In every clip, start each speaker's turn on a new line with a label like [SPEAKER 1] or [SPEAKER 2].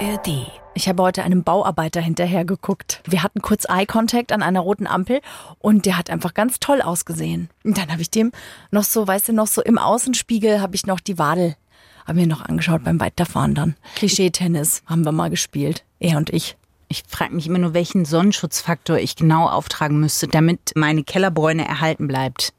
[SPEAKER 1] ARD. Ich habe heute einem Bauarbeiter hinterhergeguckt. Wir hatten kurz Eye-Contact an einer roten Ampel und der hat einfach ganz toll ausgesehen. Und dann habe ich dem noch so, weißt du, noch so im Außenspiegel habe ich noch die Wadel, habe mir noch angeschaut beim Weiterfahren dann. Klischee-Tennis haben wir mal gespielt, er und ich.
[SPEAKER 2] Ich frage mich immer nur, welchen Sonnenschutzfaktor ich genau auftragen müsste, damit meine Kellerbräune erhalten bleibt.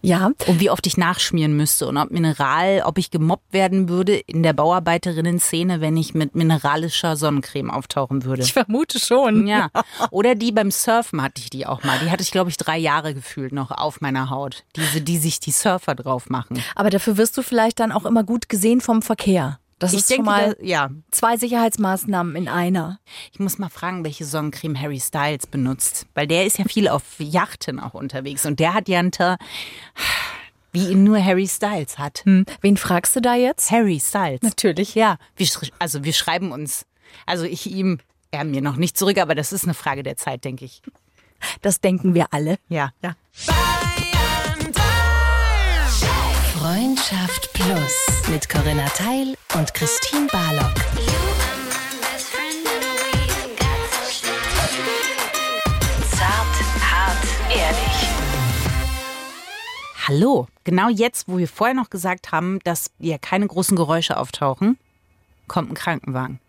[SPEAKER 1] Ja,
[SPEAKER 2] Und wie oft ich nachschmieren müsste und ob Mineral, ob ich gemobbt werden würde in der Bauarbeiterinnen-Szene, wenn ich mit mineralischer Sonnencreme auftauchen würde.
[SPEAKER 1] ich vermute schon.
[SPEAKER 2] Ja. Oder die beim Surfen hatte ich die auch mal. Die hatte ich, glaube ich, drei Jahre gefühlt noch auf meiner Haut. Diese, die sich die Surfer drauf machen.
[SPEAKER 1] Aber dafür wirst du vielleicht dann auch immer gut gesehen vom Verkehr. Das
[SPEAKER 2] Ich
[SPEAKER 1] ist schon
[SPEAKER 2] denke,
[SPEAKER 1] mal
[SPEAKER 2] da- ja.
[SPEAKER 1] zwei Sicherheitsmaßnahmen in einer.
[SPEAKER 2] Ich muss mal fragen, welche Sonnencreme Harry Styles benutzt. Weil der ist ja viel auf Yachten auch unterwegs. Und der hat ja ein Teint, wie ihn nur Harry Styles hat.
[SPEAKER 1] Wen fragst du da jetzt?
[SPEAKER 2] Harry Styles.
[SPEAKER 1] Natürlich.
[SPEAKER 2] Ja, wir, sch- also wir schreiben uns. Also ich ihm, er mir noch nicht zurück, aber das ist eine Frage der Zeit, denke ich.
[SPEAKER 1] Das denken wir alle.
[SPEAKER 2] Ja. ja.
[SPEAKER 3] Freundschaft Plus mit Corinna Teil und Christine Barlock. Zart, hart, ehrlich.
[SPEAKER 2] Hallo. Genau jetzt, wo wir vorher noch gesagt haben, dass ja keine großen Geräusche auftauchen, kommt ein Krankenwagen.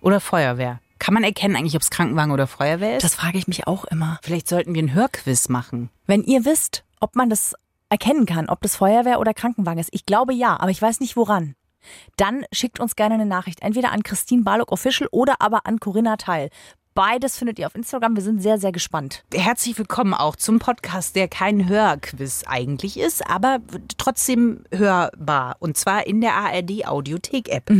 [SPEAKER 2] Oder Feuerwehr. Kann man erkennen eigentlich, ob es Krankenwagen oder Feuerwehr ist?
[SPEAKER 1] Das frage ich mich auch immer.
[SPEAKER 2] Vielleicht sollten wir ein Hörquiz machen.
[SPEAKER 1] Wenn ihr wisst, ob man das erkennen kann, ob das Feuerwehr oder Krankenwagen ist, ich glaube ja, aber ich weiß nicht woran, dann schickt uns gerne eine Nachricht. Entweder an Christine Barlock Official oder aber an Corinna Teil. Beides findet ihr auf Instagram. Wir sind sehr, sehr gespannt.
[SPEAKER 2] Herzlich willkommen auch zum Podcast, der kein Hörquiz eigentlich ist, aber trotzdem hörbar. Und zwar in der ARD Audiothek App.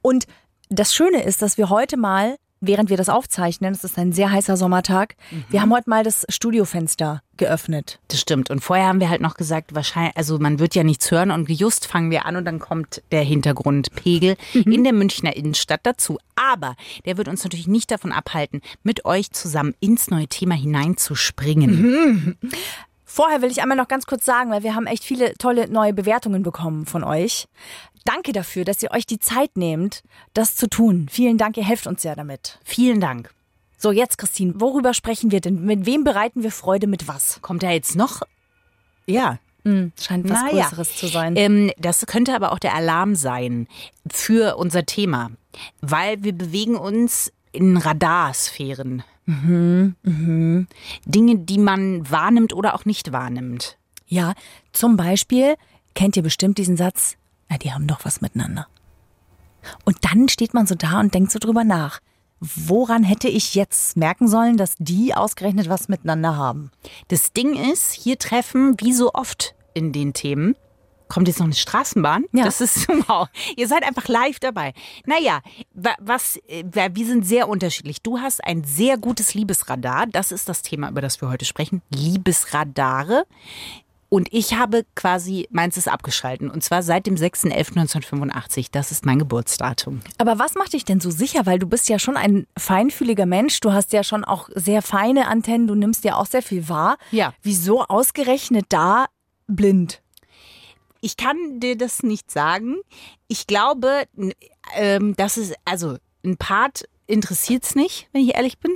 [SPEAKER 1] Und das Schöne ist, dass wir heute mal, während wir das aufzeichnen, es ist ein sehr heißer Sommertag, wir haben heute mal das Studiofenster geöffnet.
[SPEAKER 2] Das stimmt. Und vorher haben wir halt noch gesagt, wahrscheinlich, also man wird ja nichts hören und just fangen wir an und dann kommt der Hintergrundpegel in der Münchner Innenstadt dazu. Aber der wird uns natürlich nicht davon abhalten, mit euch zusammen ins neue Thema hineinzuspringen.
[SPEAKER 1] Vorher will ich einmal noch ganz kurz sagen, weil wir haben echt viele tolle neue Bewertungen bekommen von euch. Danke dafür, dass ihr euch die Zeit nehmt, das zu tun. Vielen Dank, ihr helft uns sehr damit.
[SPEAKER 2] Vielen Dank.
[SPEAKER 1] So, jetzt Christine, worüber sprechen wir denn? Mit wem bereiten wir Freude mit was?
[SPEAKER 2] Kommt da jetzt noch? Ja.
[SPEAKER 1] Hm, Scheint was
[SPEAKER 2] was
[SPEAKER 1] Größeres
[SPEAKER 2] Größeres
[SPEAKER 1] zu sein.
[SPEAKER 2] Ähm, das könnte aber auch der Alarm sein für unser Thema, weil wir bewegen uns in Radarsphären. Dinge, die man wahrnimmt oder auch nicht wahrnimmt.
[SPEAKER 1] Ja, zum Beispiel kennt ihr bestimmt diesen Satz, na, die haben doch was miteinander. Und dann steht man so da und denkt so drüber nach. Woran hätte ich jetzt merken sollen, dass die ausgerechnet was miteinander haben?
[SPEAKER 2] Das Ding ist, hier treffen, wie so oft in den Themen, kommt jetzt noch eine Straßenbahn.
[SPEAKER 1] Ja.
[SPEAKER 2] Das ist wow. Ihr seid einfach live dabei. Naja, wa- was, äh, wa- wir sind sehr unterschiedlich. Du hast ein sehr gutes Liebesradar. Das ist das Thema, über das wir heute sprechen. Liebesradare. Und ich habe quasi meins ist abgeschalten. Und zwar seit dem 6.11.1985. Das ist mein Geburtsdatum.
[SPEAKER 1] Aber was macht dich denn so sicher? Weil du bist ja schon ein feinfühliger Mensch. Du hast ja schon auch sehr feine Antennen. Du nimmst ja auch sehr viel wahr.
[SPEAKER 2] Ja.
[SPEAKER 1] Wieso ausgerechnet da blind?
[SPEAKER 2] Ich kann dir das nicht sagen. Ich glaube, n- ähm, dass es, also ein Part interessiert's nicht, wenn ich ehrlich bin.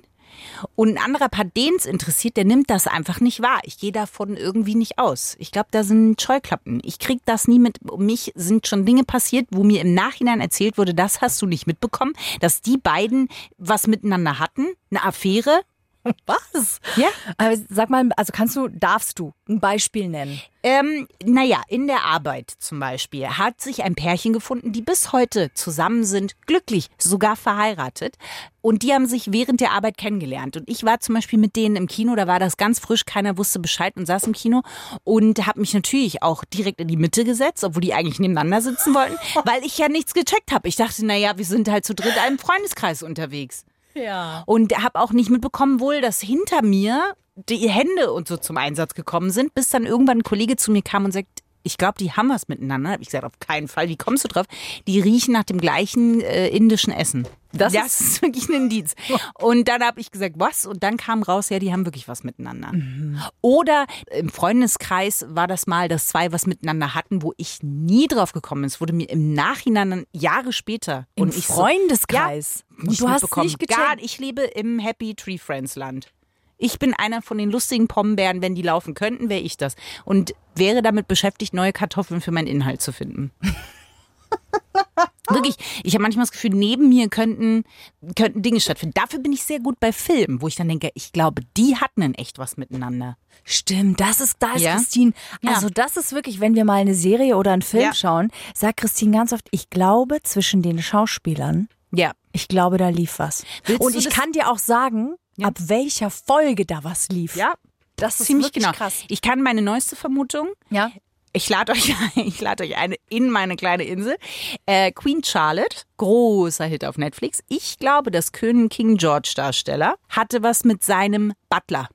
[SPEAKER 2] Und ein anderer Part, den's interessiert, der nimmt das einfach nicht wahr. Ich gehe davon irgendwie nicht aus. Ich glaube, da sind Scheuklappen. Ich krieg das nie mit. Um mich sind schon Dinge passiert, wo mir im Nachhinein erzählt wurde, das hast du nicht mitbekommen, dass die beiden was miteinander hatten, eine Affäre.
[SPEAKER 1] Was?
[SPEAKER 2] Ja.
[SPEAKER 1] Aber sag mal, also kannst du, darfst du ein Beispiel nennen?
[SPEAKER 2] Ähm, naja, in der Arbeit zum Beispiel hat sich ein Pärchen gefunden, die bis heute zusammen sind, glücklich, sogar verheiratet. Und die haben sich während der Arbeit kennengelernt. Und ich war zum Beispiel mit denen im Kino, da war das ganz frisch, keiner wusste Bescheid und saß im Kino und habe mich natürlich auch direkt in die Mitte gesetzt, obwohl die eigentlich nebeneinander sitzen wollten, weil ich ja nichts gecheckt habe. Ich dachte, naja, wir sind halt zu dritt einem Freundeskreis unterwegs.
[SPEAKER 1] Ja.
[SPEAKER 2] Und habe auch nicht mitbekommen wohl, dass hinter mir die Hände und so zum Einsatz gekommen sind, bis dann irgendwann ein Kollege zu mir kam und sagt, ich glaube, die haben was miteinander. Hab ich gesagt, auf keinen Fall. Wie kommst du drauf? Die riechen nach dem gleichen äh, indischen Essen.
[SPEAKER 1] Das
[SPEAKER 2] Das, ist, wirklich ein Indiz. Und dann habe ich gesagt, was? Und dann kam raus, ja, die haben wirklich was miteinander. Oder im Freundeskreis war das mal, dass zwei was miteinander hatten, wo ich nie drauf gekommen bin. Es wurde mir im Nachhinein dann Jahre später
[SPEAKER 1] Im
[SPEAKER 2] und ich so,
[SPEAKER 1] Freundeskreis.
[SPEAKER 2] ja,
[SPEAKER 1] und du hast
[SPEAKER 2] mitbekommen.
[SPEAKER 1] nicht gecheckt.
[SPEAKER 2] Gar, ich lebe im Happy Tree Friends Land. Ich bin einer von den lustigen Pombeeren, wenn die laufen könnten, wäre ich das. Und wäre damit beschäftigt, neue Kartoffeln für meinen Inhalt zu finden. Wirklich, ich habe manchmal das Gefühl, neben mir könnten, könnten Dinge stattfinden. Dafür bin ich sehr gut bei Filmen, wo ich dann denke, ich glaube, die hatten in echt was miteinander.
[SPEAKER 1] Stimmt, das ist, da ist
[SPEAKER 2] Ja?
[SPEAKER 1] Christine.
[SPEAKER 2] Ja.
[SPEAKER 1] Also das ist wirklich, wenn wir mal eine Serie oder einen Film
[SPEAKER 2] Ja.
[SPEAKER 1] schauen, sagt Christine ganz oft, ich glaube zwischen den Schauspielern,
[SPEAKER 2] Ja.
[SPEAKER 1] ich glaube, da lief was.
[SPEAKER 2] Willst
[SPEAKER 1] Und
[SPEAKER 2] du
[SPEAKER 1] ich
[SPEAKER 2] das-
[SPEAKER 1] kann dir auch sagen,
[SPEAKER 2] Ja.
[SPEAKER 1] ab welcher Folge da was lief.
[SPEAKER 2] Ja,
[SPEAKER 1] das ist
[SPEAKER 2] ziemlich
[SPEAKER 1] wirklich
[SPEAKER 2] genau.
[SPEAKER 1] krass.
[SPEAKER 2] Ich kann meine neueste Vermutung,
[SPEAKER 1] Ja.
[SPEAKER 2] Ich lade euch, ein, ich lade euch eine in meine kleine Insel. Äh, Queen Charlotte, großer Hit auf Netflix. Ich glaube, das König King George Darsteller hatte was mit seinem Butler.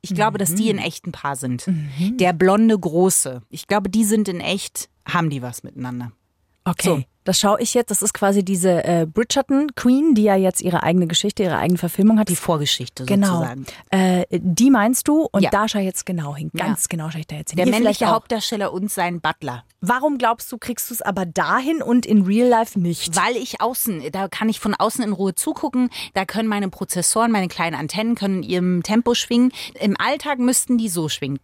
[SPEAKER 2] Ich glaube, dass
[SPEAKER 1] Mhm.
[SPEAKER 2] die in echt ein Paar sind. Der blonde Große. Ich glaube, die sind in echt, haben die was miteinander.
[SPEAKER 1] Okay.
[SPEAKER 2] So.
[SPEAKER 1] Das schaue ich jetzt. Das ist quasi diese äh, Bridgerton Queen, die ja jetzt ihre eigene Geschichte, ihre eigene Verfilmung hat.
[SPEAKER 2] Die Vorgeschichte
[SPEAKER 1] genau.
[SPEAKER 2] sozusagen.
[SPEAKER 1] Äh, die meinst du? Und
[SPEAKER 2] Ja.
[SPEAKER 1] da schaue ich jetzt genau hin.
[SPEAKER 2] Ja.
[SPEAKER 1] Ganz genau schaue ich da jetzt hin.
[SPEAKER 2] Der
[SPEAKER 1] Ihr
[SPEAKER 2] männliche
[SPEAKER 1] vielleicht auch.
[SPEAKER 2] Hauptdarsteller und sein Butler.
[SPEAKER 1] Warum glaubst du, kriegst du es aber dahin und in Real Life nicht?
[SPEAKER 2] Weil ich außen, da kann ich von außen in Ruhe zugucken, da können meine Prozessoren, meine kleinen Antennen können in ihrem Tempo schwingen. Im Alltag müssten die so schwingen.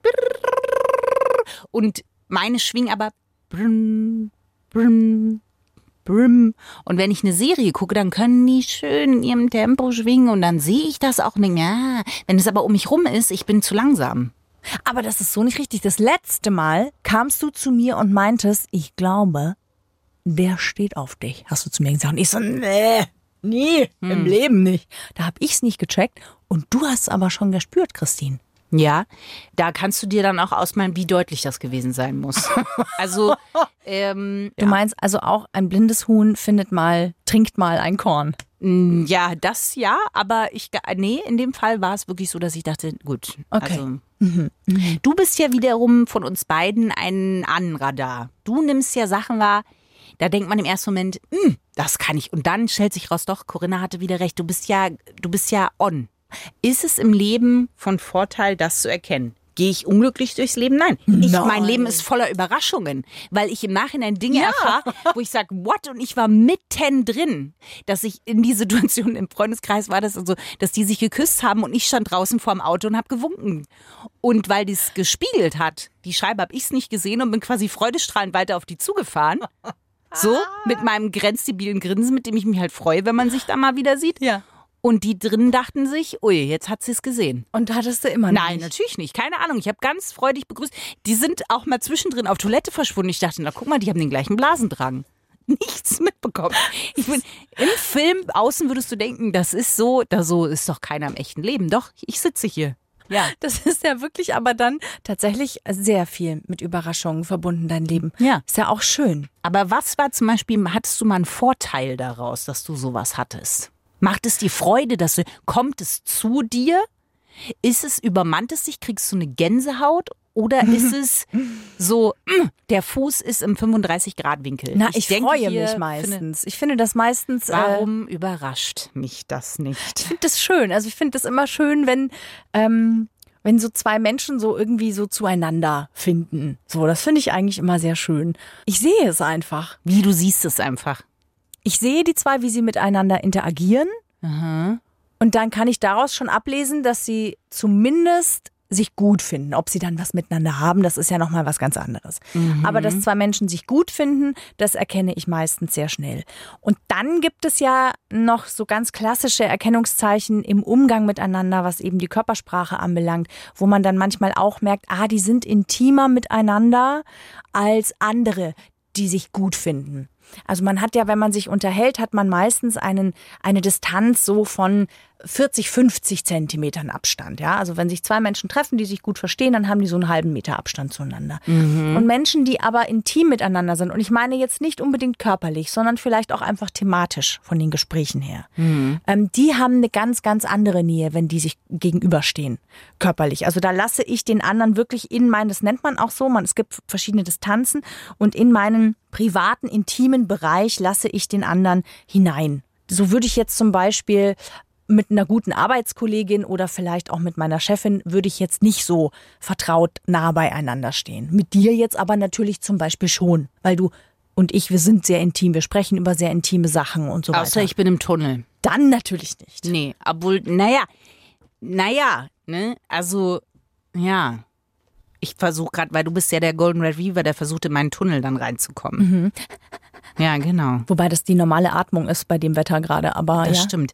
[SPEAKER 2] Und meine schwingen aber brüm, brüm, brüm. Und wenn ich eine Serie gucke, dann können die schön in ihrem Tempo schwingen und dann sehe ich das auch. und denke, Ja, wenn es aber um mich rum ist, ich bin zu langsam.
[SPEAKER 1] Aber das ist so nicht richtig. Das letzte Mal kamst du zu mir und meintest, ich glaube, der steht auf dich. Hast du zu mir gesagt. Und ich so, nee, nie,
[SPEAKER 2] Hm.
[SPEAKER 1] im Leben nicht. Da habe ich es nicht gecheckt und du hast es aber schon gespürt, Christine.
[SPEAKER 2] Ja, da kannst du dir dann auch ausmalen, wie deutlich das gewesen sein muss. Also, ähm,
[SPEAKER 1] Du meinst also auch, ein blindes Huhn findet mal, trinkt mal ein Korn.
[SPEAKER 2] Mm, Ja, das ja, aber ich, ga- nee, in dem Fall war es wirklich so, dass ich dachte, gut.
[SPEAKER 1] Okay. Mhm.
[SPEAKER 2] Also, Du bist ja wiederum von uns beiden ein Anradar. Du nimmst ja Sachen wahr, da denkt man im ersten Moment, "Hm, das kann ich. Und dann stellt sich raus, doch, Corinna hatte wieder recht, du bist ja, du bist ja on. Ist es im Leben von Vorteil, das zu erkennen? Gehe ich unglücklich durchs Leben? Nein. Ich, mein
[SPEAKER 1] Nein.
[SPEAKER 2] Leben ist voller Überraschungen, weil ich im Nachhinein Dinge erfahre, wo ich sage, what? Und ich war mittendrin, dass ich in die Situation im Freundeskreis war, das und so, dass die sich geküsst haben und ich stand draußen vorm Auto und habe gewunken. Und weil die es gespiegelt hat, die Scheibe habe ich es nicht gesehen und bin quasi freudestrahlend weiter auf die zugefahren. So, mit meinem grenzdebilen Grinsen, mit dem ich mich halt freue, wenn man sich da mal wieder sieht.
[SPEAKER 1] Ja.
[SPEAKER 2] Und die drinnen dachten sich, ui, jetzt hat sie es gesehen.
[SPEAKER 1] Und hattest du immer
[SPEAKER 2] Nein,
[SPEAKER 1] nicht.
[SPEAKER 2] natürlich nicht. Keine Ahnung. Ich habe ganz freudig begrüßt. Die sind auch mal zwischendrin auf Toilette verschwunden. Ich dachte, na guck mal, die haben den gleichen Blasendrang. Nichts mitbekommen. Ich bin im Film außen würdest du denken, das ist so, da so ist doch keiner im echten Leben. Doch, ich sitze hier. Ja.
[SPEAKER 1] Das ist ja wirklich aber dann tatsächlich sehr viel mit Überraschungen verbunden, dein Leben.
[SPEAKER 2] Ja.
[SPEAKER 1] Ist ja auch schön.
[SPEAKER 2] Aber was war zum Beispiel, hattest du mal einen Vorteil daraus, dass du sowas hattest? Macht es dir Freude, dass du, kommt es zu dir? Ist es, übermannt es dich, kriegst du eine Gänsehaut? Oder ist es so, mm, der Fuß ist im 35-Grad-Winkel?
[SPEAKER 1] Na, ich,
[SPEAKER 2] denke
[SPEAKER 1] freue
[SPEAKER 2] hier,
[SPEAKER 1] mich
[SPEAKER 2] finde,
[SPEAKER 1] meistens. ich finde das meistens. Äh,
[SPEAKER 2] Warum überrascht mich das
[SPEAKER 1] ich
[SPEAKER 2] nicht?
[SPEAKER 1] finde das schön. Also ich finde das immer schön, wenn ähm, wenn so zwei Menschen so irgendwie so zueinander finden. So, das finde ich eigentlich immer sehr schön. Ich sehe es einfach.
[SPEAKER 2] Wie du siehst es einfach.
[SPEAKER 1] Ich sehe die zwei, wie sie miteinander interagieren. Und dann kann ich daraus schon ablesen, dass sie zumindest sich gut finden. Ob sie dann was miteinander haben, das ist ja nochmal was ganz anderes. Aber dass zwei Menschen sich gut finden, das erkenne ich meistens sehr schnell. Und dann gibt es ja noch so ganz klassische Erkennungszeichen im Umgang miteinander, was eben die Körpersprache anbelangt, wo man dann manchmal auch merkt, ah, die sind intimer miteinander als andere, die sich gut finden. Also man hat ja, wenn man sich unterhält, hat man meistens einen, eine Distanz so von 40, 50 Zentimetern Abstand. Ja? Also wenn sich zwei Menschen treffen, die sich gut verstehen, dann haben die so einen halben Meter Abstand zueinander. Und Menschen, die aber intim miteinander sind, und ich meine jetzt nicht unbedingt körperlich, sondern vielleicht auch einfach thematisch von den Gesprächen her, ähm, die haben eine ganz, ganz andere Nähe, wenn die sich gegenüberstehen, körperlich. Also da lasse ich den anderen wirklich in meinen, das nennt man auch so, man, es gibt verschiedene Distanzen und in meinen privaten, intimen Bereich lasse ich den anderen hinein. So würde ich jetzt zum Beispiel mit einer guten Arbeitskollegin oder vielleicht auch mit meiner Chefin würde ich jetzt nicht so vertraut nah beieinander stehen. Mit dir jetzt aber natürlich zum Beispiel schon, weil du und ich, wir sind sehr intim, wir sprechen über sehr intime Sachen und so
[SPEAKER 2] Außer
[SPEAKER 1] weiter.
[SPEAKER 2] ich Hm. bin im Tunnel.
[SPEAKER 1] Dann natürlich nicht.
[SPEAKER 2] Nee, obwohl, naja, naja, ne? Also, ja. Ich versuche gerade, weil du bist ja der Golden Red Reaver, der versucht, in meinen Tunnel dann reinzukommen.
[SPEAKER 1] Mhm.
[SPEAKER 2] Ja, genau.
[SPEAKER 1] Wobei das die normale Atmung ist bei dem Wetter gerade, aber
[SPEAKER 2] Das
[SPEAKER 1] ja. Mhm.
[SPEAKER 2] stimmt.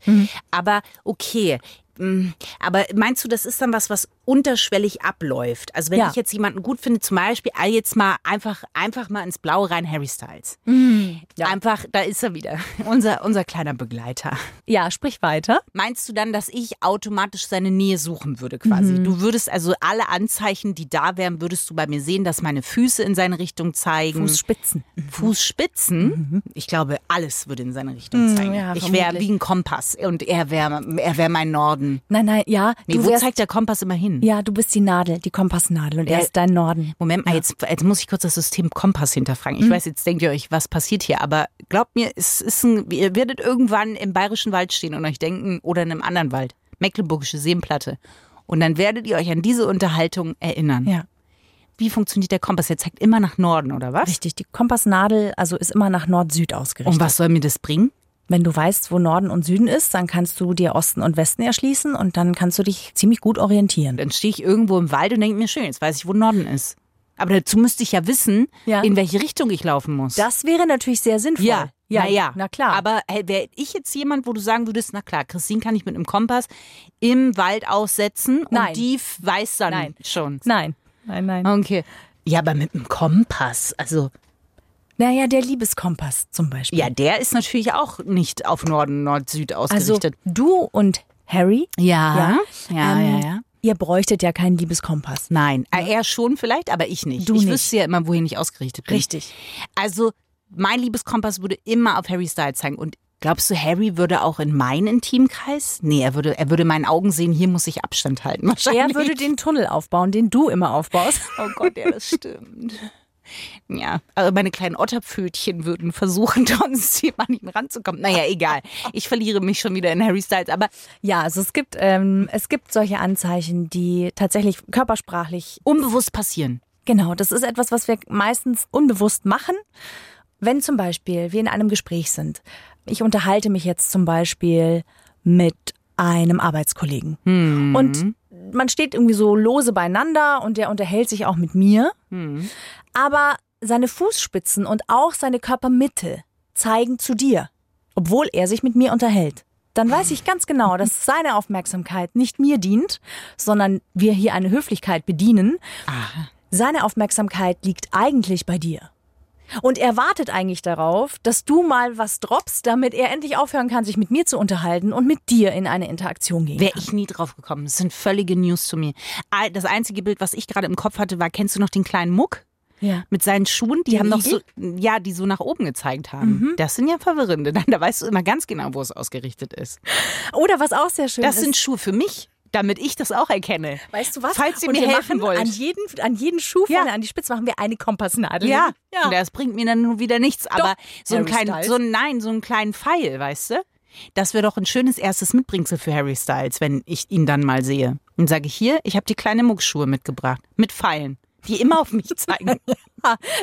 [SPEAKER 2] Aber okay. Mm, Aber meinst du, das ist dann was, was unterschwellig abläuft? Also wenn
[SPEAKER 1] Ja.
[SPEAKER 2] ich jetzt jemanden gut finde, zum Beispiel, ah, jetzt mal einfach, einfach mal ins Blaue rein, Harry Styles.
[SPEAKER 1] Mhm. ja.
[SPEAKER 2] Einfach, da ist er wieder. Unser, unser kleiner Begleiter.
[SPEAKER 1] Ja, sprich weiter.
[SPEAKER 2] Meinst du dann, dass ich automatisch seine Nähe suchen würde quasi?
[SPEAKER 1] Mhm.
[SPEAKER 2] Du würdest also alle Anzeichen, die da wären, würdest du bei mir sehen, dass meine Füße in seine Richtung zeigen. Mhm.
[SPEAKER 1] Fußspitzen.
[SPEAKER 2] Fußspitzen. Ich glaube, alles würde in seine Richtung zeigen.
[SPEAKER 1] Mhm. ja,
[SPEAKER 2] ich wäre
[SPEAKER 1] vermutlich.
[SPEAKER 2] wie ein Kompass und er wäre er wär mein Norden.
[SPEAKER 1] Nein, nein, ja.
[SPEAKER 2] Nee,
[SPEAKER 1] du
[SPEAKER 2] wo
[SPEAKER 1] wärst,
[SPEAKER 2] zeigt der Kompass immer hin?
[SPEAKER 1] ja, du bist die Nadel, die Kompassnadel und er
[SPEAKER 2] Ja.
[SPEAKER 1] ist dein Norden.
[SPEAKER 2] Moment mal, jetzt, jetzt muss ich kurz das System Kompass hinterfragen. Ich
[SPEAKER 1] Mhm.
[SPEAKER 2] weiß, jetzt denkt ihr euch, was passiert hier, aber glaubt mir, es ist ein, ihr werdet irgendwann im Bayerischen Wald stehen und euch denken, oder in einem anderen Wald, Mecklenburgische Seenplatte. Und dann werdet ihr euch an diese Unterhaltung erinnern.
[SPEAKER 1] Ja.
[SPEAKER 2] Wie funktioniert der Kompass? Er zeigt immer nach Norden, oder was?
[SPEAKER 1] Richtig, die Kompassnadel also ist immer nach Nord-Süd ausgerichtet.
[SPEAKER 2] Und was soll mir das bringen?
[SPEAKER 1] Wenn du weißt, wo Norden und Süden ist, dann kannst du dir Osten und Westen erschließen und dann kannst du dich ziemlich gut orientieren.
[SPEAKER 2] Dann stehe ich irgendwo im Wald und denke mir, schön, jetzt weiß ich, wo Norden ist. Aber dazu müsste ich ja wissen,
[SPEAKER 1] Ja.
[SPEAKER 2] in welche Richtung ich laufen muss.
[SPEAKER 1] Das wäre natürlich sehr sinnvoll.
[SPEAKER 2] Ja, ja,
[SPEAKER 1] na,
[SPEAKER 2] ja.
[SPEAKER 1] Na klar.
[SPEAKER 2] Aber hey, wäre ich jetzt jemand, wo du sagen würdest, na klar, Christine kann ich mit einem Kompass im Wald aussetzen
[SPEAKER 1] Nein.
[SPEAKER 2] und die f- weiß dann
[SPEAKER 1] Nein.
[SPEAKER 2] schon.
[SPEAKER 1] nein, nein, nein.
[SPEAKER 2] Okay. Ja, aber mit einem Kompass, also
[SPEAKER 1] Naja, der Liebeskompass zum Beispiel.
[SPEAKER 2] ja, der ist natürlich auch nicht auf Norden, Nord, Süd
[SPEAKER 1] also
[SPEAKER 2] ausgerichtet.
[SPEAKER 1] du und Harry,
[SPEAKER 2] ja, ja, ja,
[SPEAKER 1] ähm,
[SPEAKER 2] ja.
[SPEAKER 1] ihr bräuchtet ja keinen Liebeskompass.
[SPEAKER 2] Nein, Äh, er schon vielleicht, aber ich nicht.
[SPEAKER 1] Du
[SPEAKER 2] ich
[SPEAKER 1] nicht.
[SPEAKER 2] wüsste ja immer, wohin ich ausgerichtet bin.
[SPEAKER 1] Richtig.
[SPEAKER 2] Also mein Liebeskompass würde immer auf Harry Styles zeigen und Glaubst du, Harry würde auch in meinen Intimkreis? Nee, er würde, er würde in meinen Augen sehen, hier muss ich Abstand halten.
[SPEAKER 1] Er
[SPEAKER 2] Wahrscheinlich.
[SPEAKER 1] würde den Tunnel aufbauen, den du immer aufbaust.
[SPEAKER 2] Oh Gott, ja, das stimmt. Ja, aber meine kleinen Otterpfötchen würden versuchen, trotzdem an ihn ranzukommen. Naja, egal. Ich verliere mich schon wieder in Harry Styles. Aber
[SPEAKER 1] Ja, also es gibt, ähm, es gibt solche Anzeichen, die tatsächlich körpersprachlich,
[SPEAKER 2] unbewusst passieren.
[SPEAKER 1] genau, das ist etwas, was wir meistens unbewusst machen. Wenn zum Beispiel wir in einem Gespräch sind, ich unterhalte mich jetzt zum Beispiel mit einem Arbeitskollegen und man steht irgendwie so lose beieinander und der unterhält sich auch mit mir, aber seine Fußspitzen und auch seine Körpermitte zeigen zu dir, obwohl er sich mit mir unterhält. Dann weiß ich ganz genau, dass seine Aufmerksamkeit nicht mir dient, sondern wir hier eine Höflichkeit bedienen. Seine Aufmerksamkeit liegt eigentlich bei dir. Und er wartet eigentlich darauf, dass du mal was droppst, damit er endlich aufhören kann, sich mit mir zu unterhalten und mit dir in eine Interaktion gehen.
[SPEAKER 2] Wäre ich nie drauf gekommen. Das sind völlige News zu mir. Ah, Das einzige Bild, was ich gerade im Kopf hatte, war, kennst du noch den kleinen Muck?
[SPEAKER 1] Ja.
[SPEAKER 2] Mit seinen Schuhen, die,
[SPEAKER 1] Die Mhm.
[SPEAKER 2] haben noch so,
[SPEAKER 1] Igel?
[SPEAKER 2] ja, die so nach oben gezeigt haben. Das sind ja verwirrende. Dann, da weißt du immer ganz genau, wo es ausgerichtet ist.
[SPEAKER 1] Oder was auch sehr schön
[SPEAKER 2] Das
[SPEAKER 1] ist.
[SPEAKER 2] sind Schuhe für mich, damit ich das auch erkenne.
[SPEAKER 1] Weißt du was?
[SPEAKER 2] Falls ihr
[SPEAKER 1] und
[SPEAKER 2] mir
[SPEAKER 1] wir
[SPEAKER 2] helfen
[SPEAKER 1] machen
[SPEAKER 2] wollt.
[SPEAKER 1] An jeden, an jeden Schuh
[SPEAKER 2] Ja.
[SPEAKER 1] vorne, an die Spitze machen wir eine Kompassnadel.
[SPEAKER 2] Ja,
[SPEAKER 1] ja.
[SPEAKER 2] Und das bringt mir dann nun wieder nichts. Aber so einen
[SPEAKER 1] Harry
[SPEAKER 2] kleinen,
[SPEAKER 1] Styles.
[SPEAKER 2] so einen, nein, so einen kleinen Pfeil, weißt du? Das wäre doch ein schönes erstes Mitbringsel für Harry Styles, wenn ich ihn dann mal sehe. Dann sage ich hier, ich habe die kleine Muckschuhe mitgebracht. Mit Pfeilen. Die immer auf mich zeigen.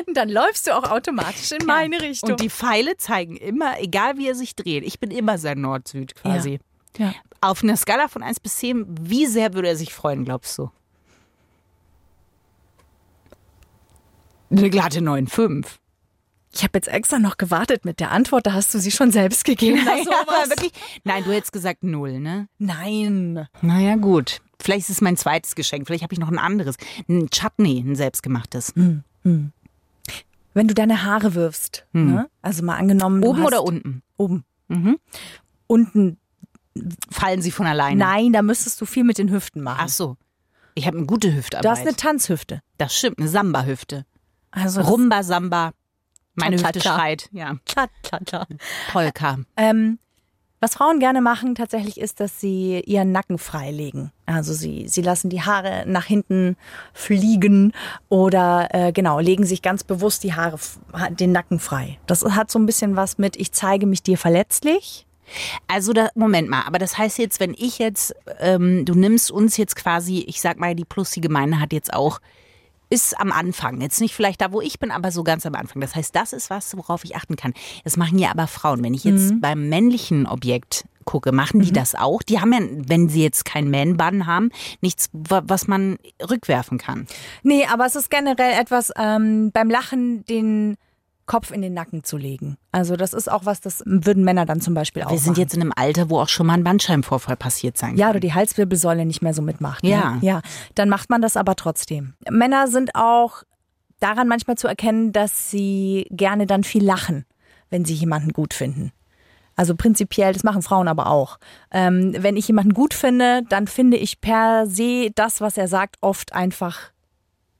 [SPEAKER 1] Und dann läufst du auch automatisch in meine Richtung.
[SPEAKER 2] Und die Pfeile zeigen immer, egal wie er sich dreht. Ich bin immer sein Nord-Süd quasi.
[SPEAKER 1] Ja. Ja.
[SPEAKER 2] Auf einer Skala von 1 bis 10, wie sehr würde er sich freuen, glaubst du? Eine glatte 9,5.
[SPEAKER 1] ich habe jetzt extra noch gewartet mit der Antwort, da hast du sie schon selbst gegeben. Na,
[SPEAKER 2] Naja, aber wirklich. Nein, du hättest gesagt null, ne?
[SPEAKER 1] Nein.
[SPEAKER 2] Naja, gut. Vielleicht ist es mein zweites Geschenk. Vielleicht habe ich noch ein anderes. Ein Chutney, ein selbstgemachtes.
[SPEAKER 1] Wenn du deine Haare wirfst, ne? also mal angenommen. du
[SPEAKER 2] Oben
[SPEAKER 1] hast,
[SPEAKER 2] oder unten?
[SPEAKER 1] Oben. Mhm. Unten.
[SPEAKER 2] Fallen sie von alleine?
[SPEAKER 1] Nein, da müsstest du viel mit den Hüften
[SPEAKER 2] Ach
[SPEAKER 1] machen.
[SPEAKER 2] so. Ich habe eine gute Hüftarbeit.
[SPEAKER 1] Du hast eine Tanzhüfte.
[SPEAKER 2] das stimmt, eine Samba-Hüfte.
[SPEAKER 1] Also
[SPEAKER 2] Rumba, Samba. Meine
[SPEAKER 1] Cha-cha-cha.
[SPEAKER 2] Hüfte schreit. Ja.
[SPEAKER 1] Tja, tja, tja.
[SPEAKER 2] Polka.
[SPEAKER 1] Ähm, was Frauen gerne machen tatsächlich ist, dass sie ihren Nacken freilegen. Also sie, sie lassen die Haare nach hinten fliegen oder äh, genau, legen sich ganz bewusst die Haare, f- ha- den Nacken frei. Das hat so ein bisschen was mit, ich zeige mich dir verletzlich
[SPEAKER 2] Also, da, Moment mal, aber das heißt jetzt, wenn ich jetzt, ähm, du nimmst uns jetzt quasi, ich sag mal, die Plus, die Gemeinde hat jetzt auch, ist am Anfang. Jetzt nicht vielleicht da, wo ich bin, aber so ganz am Anfang. Das heißt, das ist was, worauf ich achten kann. Das machen ja aber Frauen. Wenn ich jetzt beim männlichen Objekt gucke, machen die das auch? Die haben ja, wenn sie jetzt keinen Man-Bun haben, nichts, wa- was man rückwerfen kann.
[SPEAKER 1] Nee, aber es ist generell etwas, ähm, beim Lachen den Kopf in den Nacken zu legen. Also das ist auch was, das würden Männer dann zum Beispiel auch
[SPEAKER 2] Wir sind
[SPEAKER 1] machen.
[SPEAKER 2] jetzt in einem Alter, wo auch schon mal ein Bandscheibenvorfall passiert sein
[SPEAKER 1] Oh Ja,
[SPEAKER 2] kann.
[SPEAKER 1] oder die Halswirbelsäule nicht mehr so mitmacht.
[SPEAKER 2] Ja.
[SPEAKER 1] Ne? Ja, dann macht man das aber trotzdem. Männer sind auch daran manchmal zu erkennen, dass sie gerne dann viel lachen, wenn sie jemanden gut finden. Also prinzipiell, das machen Frauen aber auch. Ähm, wenn ich jemanden gut finde, dann finde ich per se das, was er sagt, oft einfach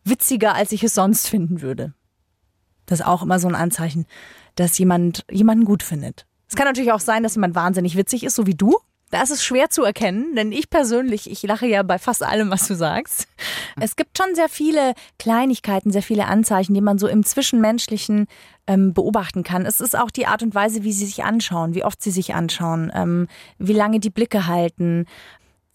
[SPEAKER 1] witziger, als ich es sonst finden würde. Das ist auch immer so ein Anzeichen, dass jemand jemanden gut findet. Es kann natürlich auch sein, dass jemand wahnsinnig witzig ist, so wie du. Da ist es schwer zu erkennen, denn ich persönlich, ich lache ja bei fast allem, was du sagst. Es gibt schon sehr viele Kleinigkeiten, sehr viele Anzeichen, die man so im Zwischenmenschlichen ähm, beobachten kann. Es ist auch die Art und Weise, wie sie sich anschauen, wie oft sie sich anschauen, ähm, wie lange die Blicke halten,